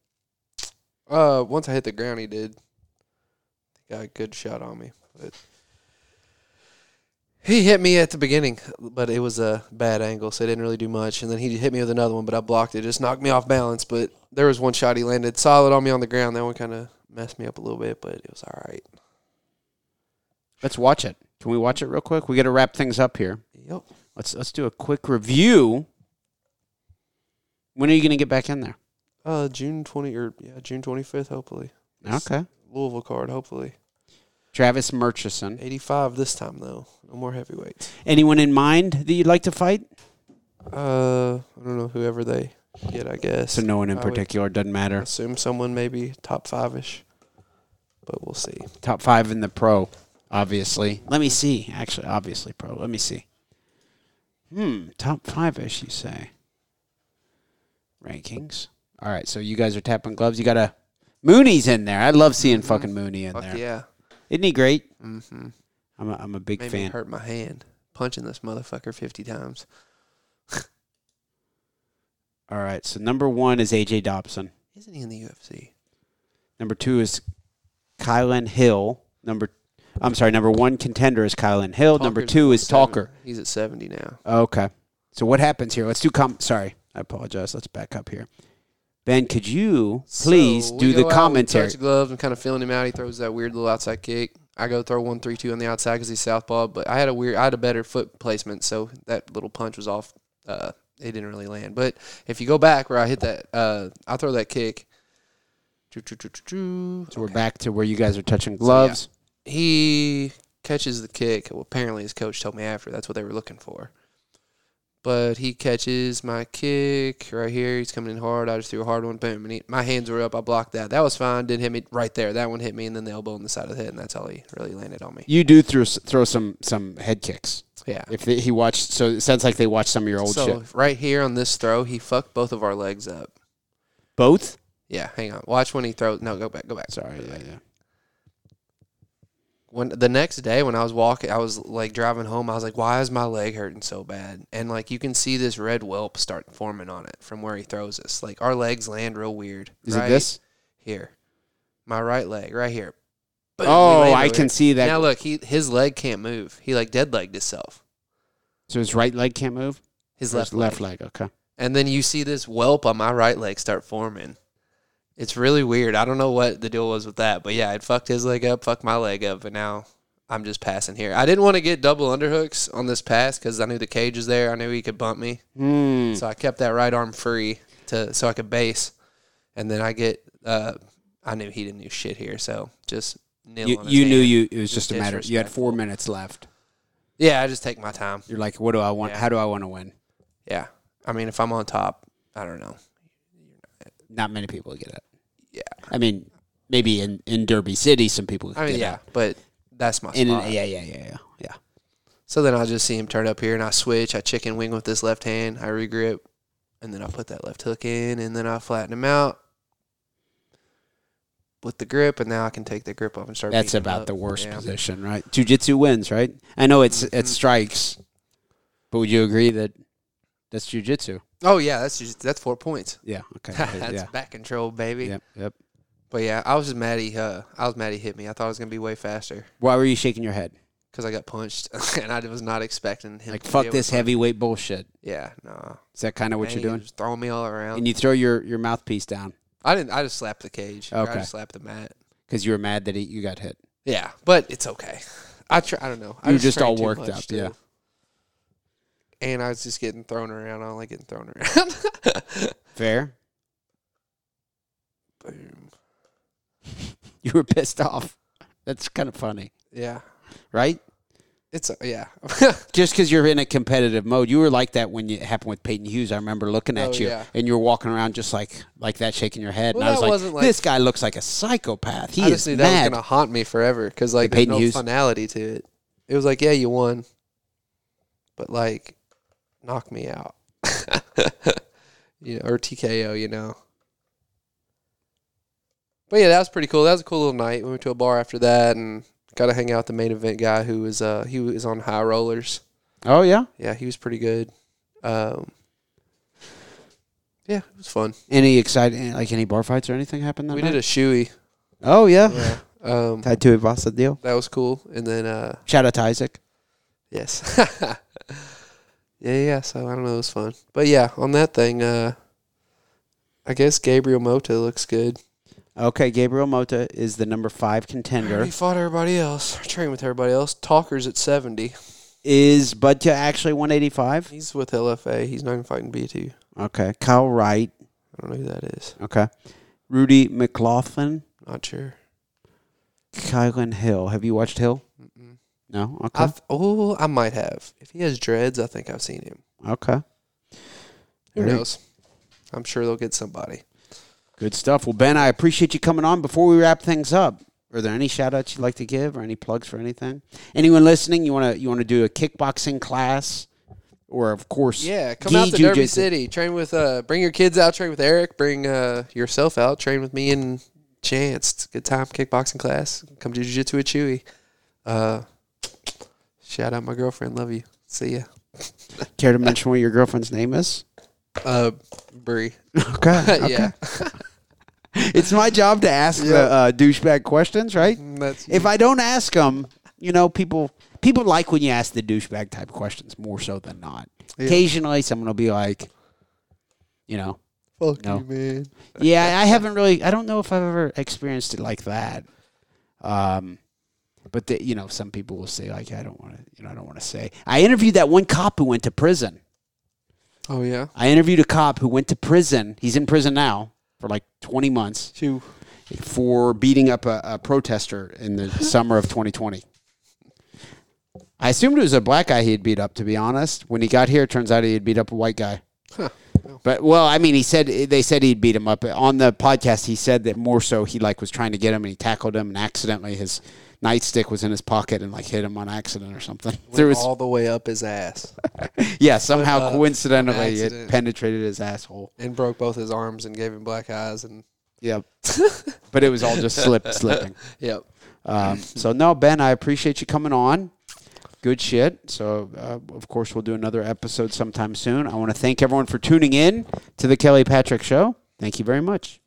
Speaker 2: Uh, once I hit the ground, he did. He got a good shot on me. But he hit me at the beginning, but it was a bad angle, so it didn't really do much. And then he hit me with another one, but I blocked it. Just knocked me off balance. But there was one shot he landed solid on me on the ground. That one kind of messed me up a little bit, but it was all right.
Speaker 1: Let's watch it. Can we watch it real quick? We got to wrap things up here.
Speaker 2: Yep.
Speaker 1: Let's let's do a quick review. When are you gonna get back in there?
Speaker 2: Uh, June twenty or yeah, June twenty fifth. Hopefully,
Speaker 1: Okay,
Speaker 2: Louisville card. Hopefully,
Speaker 1: Travis Murchison.
Speaker 2: eighty five this time though. No more heavyweights.
Speaker 1: Anyone in mind that you'd like to fight?
Speaker 2: Uh, I don't know whoever they get. I guess.
Speaker 1: So no one in
Speaker 2: I would
Speaker 1: particular. Doesn't matter.
Speaker 2: Assume someone maybe top five ish, but we'll see.
Speaker 1: Top five in the pro, obviously. Let me see. Actually, obviously pro. Let me see. Hmm, top five ish. You say rankings. All right, so you guys are tapping gloves. You got a Mooney's in there. I love seeing fucking Mooney in
Speaker 2: Fuck
Speaker 1: there.
Speaker 2: yeah.
Speaker 1: Isn't he great?
Speaker 2: Mm-hmm.
Speaker 1: I'm a, I'm a big
Speaker 2: Made me
Speaker 1: fan.
Speaker 2: hurt my hand punching this motherfucker fifty times.
Speaker 1: All right, so number one is AJ Dobson.
Speaker 2: Isn't he in the UFC?
Speaker 1: Number two is Kylan Hill. Number, I'm sorry, number one contender is Kylan Hill. number
Speaker 2: Talker's
Speaker 1: two
Speaker 2: at
Speaker 1: is Talker.
Speaker 2: 70. He's at seventy now.
Speaker 1: Okay. So what happens here? Let's do com. Sorry, I apologize. Let's back up here. Ben, could you please
Speaker 2: So, we
Speaker 1: do the
Speaker 2: go out, we
Speaker 1: commentary?
Speaker 2: touch gloves. I'm kind of feeling him out. He throws that weird little outside kick. I go throw one three two on the outside because he's southpaw. But I had a weird, I had a better foot placement, so that little punch was off. Uh, it didn't really land. But if you go back where I hit that, uh, I throw that kick. Choo, choo, choo, choo, choo.
Speaker 1: So we're back to where you guys are touching gloves.
Speaker 2: He catches the kick. Well, apparently his coach told me after that's what they were looking for. But he catches my kick right here. He's coming in hard. I just threw a hard one. Boom. And he, my hands were up. I blocked that. That was fine. Didn't hit me right there. That one hit me, and then the elbow on the side of the head, and that's how he really landed on me.
Speaker 4: You do throw throw some some head kicks.
Speaker 2: Yeah.
Speaker 4: If they, he watched, so it sounds like they watched some of your old
Speaker 2: so
Speaker 4: shit.
Speaker 2: right here on this throw, he fucked both of our legs up.
Speaker 4: Both.
Speaker 2: Yeah, hang on. Watch when he throws. No, go back. Go back.
Speaker 4: Sorry. Yeah, yeah.
Speaker 2: when the next day when I was walking, I was like driving home. I was like, "Why is my leg hurting so bad?" And like you can see this red whelp start forming on it from where he throws us. Like our legs land real weird.
Speaker 4: Is
Speaker 2: right
Speaker 4: it this?
Speaker 2: here? My right leg, right here. Boom, we
Speaker 4: oh,
Speaker 2: land
Speaker 4: I
Speaker 2: over
Speaker 4: can
Speaker 2: it.
Speaker 4: see that.
Speaker 2: Now look, he his leg can't move. He like dead legged himself.
Speaker 4: so his right leg can't move.
Speaker 2: His
Speaker 4: Or
Speaker 2: left
Speaker 4: his left leg. Okay.
Speaker 2: and then you see this whelp on my right leg start forming. It's really weird. I don't know what the deal was with that, but yeah, it fucked his leg up, fucked my leg up, and now I'm just passing here. I didn't want to get double underhooks on this pass because I knew the cage was there. I knew he could bump me,
Speaker 4: Hmm.
Speaker 2: so I kept that right arm free to so I could base, and then I get. Uh, I knew he didn't do shit here, so just kneel.
Speaker 1: You,
Speaker 2: on his
Speaker 1: you knew
Speaker 2: hand.
Speaker 1: you. It was
Speaker 2: Just
Speaker 1: just a matter. You had four minutes left.
Speaker 2: Yeah, I just take my time.
Speaker 1: You're like, what do I want?
Speaker 2: Yeah.
Speaker 1: How do I want to win?
Speaker 2: Yeah, I mean, if I'm on top, I don't know.
Speaker 1: Not many people get it.
Speaker 2: Yeah.
Speaker 1: I mean, maybe in, in Derby City, some people.
Speaker 2: I mean,
Speaker 1: get
Speaker 2: yeah,
Speaker 1: It.
Speaker 2: but that's my spot.
Speaker 1: In, yeah, yeah, yeah, yeah, yeah.
Speaker 2: So then I just see him turn up here and I switch. I chicken wing with this left hand. I regrip. And then I put that left hook in and then I flatten him out with the grip. And now I can take the grip off and start
Speaker 1: That's
Speaker 2: beating him
Speaker 1: about
Speaker 2: up.
Speaker 1: the worst
Speaker 2: Yeah.
Speaker 1: position, right? Jiu-jitsu wins, right? I know it's
Speaker 2: Mhm.
Speaker 1: it's strikes, but would you agree that that's jiu-jitsu?
Speaker 2: Oh, yeah. That's just, that's four points.
Speaker 1: Yeah. Okay.
Speaker 2: that's
Speaker 1: yeah.
Speaker 2: back control, baby.
Speaker 1: Yep. Yep.
Speaker 2: But yeah, I was just mad he, uh, I was mad he hit me. I thought it was going to be way faster
Speaker 1: Why were you shaking your head?
Speaker 2: because I got punched and I was not expecting him
Speaker 1: Like
Speaker 2: to be
Speaker 1: fuck
Speaker 2: able-
Speaker 1: this heavyweight bullshit.
Speaker 2: Yeah, no.
Speaker 1: Is that kind of what you're doing?
Speaker 2: Just throwing me all around.
Speaker 1: And you throw your, your mouthpiece down
Speaker 2: I didn't, I just slapped the cage. or I
Speaker 1: Okay.
Speaker 2: just slapped the mat.
Speaker 1: because you were mad that he, you got hit.
Speaker 2: Yeah, but it's okay. I try. I don't know. I
Speaker 1: You were just
Speaker 2: train
Speaker 1: all
Speaker 2: too
Speaker 1: worked
Speaker 2: much,
Speaker 1: up, yeah.
Speaker 2: And I was just getting thrown around. I don't like getting thrown around.
Speaker 1: Fair.
Speaker 2: Boom.
Speaker 1: You were pissed off. That's kind of funny,
Speaker 2: Yeah.
Speaker 1: right?
Speaker 2: It's uh, yeah.
Speaker 1: Just because you're in a competitive mode, you were like that when it happened with Peyton Hughes. I remember looking at
Speaker 2: Oh,
Speaker 1: you,
Speaker 2: yeah.
Speaker 1: and you were walking around just like like that, shaking your head.
Speaker 2: Well,
Speaker 1: and I was
Speaker 2: that
Speaker 1: like,
Speaker 2: wasn't like-
Speaker 1: "This guy looks like a psychopath. He
Speaker 2: I
Speaker 1: is
Speaker 2: just knew that was
Speaker 1: mad."
Speaker 2: gonna haunt me forever because like
Speaker 1: The
Speaker 2: there's
Speaker 1: Peyton
Speaker 2: no
Speaker 1: Hughes?
Speaker 2: finality to it. It was like yeah, you won, but like knock me out, you know, or TKO, you know. But yeah, that was pretty cool. That was a cool little night. We went to a bar after that and got to hang out with the main event guy who was uh he was on high rollers.
Speaker 1: oh yeah,
Speaker 2: Yeah, he was pretty good. Um, yeah, it was fun.
Speaker 1: any exciting like any bar fights or anything happened? That
Speaker 2: We
Speaker 1: night?
Speaker 2: did a shoey.
Speaker 1: Oh yeah,
Speaker 2: Yeah. Um,
Speaker 1: tied to Ivasa deal.
Speaker 2: that was cool. And then uh
Speaker 1: Shout out to Isaac.
Speaker 2: Yes. yeah, yeah. So I don't know. It was fun, but yeah, on that thing, uh, I guess Gabriel Mota looks good.
Speaker 1: Okay, Gabriel Mota is the number five contender.
Speaker 2: He fought everybody else, trained with everybody else. Talker's at seventy.
Speaker 1: Is Budka actually 185?
Speaker 2: He's with LFA. He's not even fighting B two.
Speaker 1: Okay. Kyle Wright.
Speaker 2: I don't know who that is.
Speaker 1: Okay. Rudy McLaughlin.
Speaker 2: Not sure.
Speaker 1: Kylan Hill. Have you watched Hill?
Speaker 2: Mm-mm.
Speaker 1: No? Okay.
Speaker 2: I've, oh, I might have. If he has dreads, I think I've seen him.
Speaker 1: okay.
Speaker 2: Who
Speaker 1: Alright.
Speaker 2: knows? I'm sure they'll get somebody.
Speaker 1: Good stuff. Well, Ben, I appreciate you coming on. Before we wrap things up, are there any shout outs you'd like to give or any plugs for anything? Anyone listening, you want to you want to do a kickboxing class? Or, of course,
Speaker 2: Yeah, come
Speaker 1: gi
Speaker 2: out to Derby
Speaker 1: jujitsu.
Speaker 2: City. Train with uh bring your kids out, train with Eric, bring uh yourself out, train with me and Chance. It's a good time kickboxing class. Come do jiu-jitsu with Chewy. Uh shout out my girlfriend, love you. See ya.
Speaker 1: Care to mention what your girlfriend's name is?
Speaker 2: Uh Bree.
Speaker 1: Okay. okay.
Speaker 2: yeah.
Speaker 1: It's my job to ask the uh, douchebag questions, right?
Speaker 2: That's
Speaker 1: if I don't ask them, you know, people people like when you ask the douchebag type questions more so than not.
Speaker 2: Yeah.
Speaker 1: Occasionally, someone will be like, you know,
Speaker 2: fuck
Speaker 1: no.
Speaker 2: you, man.
Speaker 1: yeah, I haven't really, I don't know if I've ever experienced it like that. Um, but the, you know, some people will say like, I don't want to, you know, I don't want to say. I interviewed that one cop who went to prison.
Speaker 2: Oh yeah.
Speaker 1: I interviewed a cop who went to prison. He's in prison now for like 20 months
Speaker 2: Chew.
Speaker 1: for beating up a, a protester in the summer of 2020. I assumed it was a black guy he had beat up. To be honest, when he got here, it turns out he had beat up a white guy. But well, I mean, he said they said he'd beat him up on the podcast. He said that more so he like was trying to get him and he tackled him and accidentally his nightstick was in his pocket and like hit him on accident or something. There was
Speaker 2: all the way up his ass
Speaker 1: yeah somehow coincidentally it
Speaker 2: accident.
Speaker 1: penetrated his asshole.
Speaker 2: and broke both his arms and gave him black eyes and
Speaker 1: Yep. but it was all just slip slipping.
Speaker 2: yep.
Speaker 1: Um, so no, Ben, I appreciate you coming on. Good shit. So uh, of course we'll do another episode sometime soon. I want to thank everyone for tuning in to the Kelly Patrick Show. Thank you very much.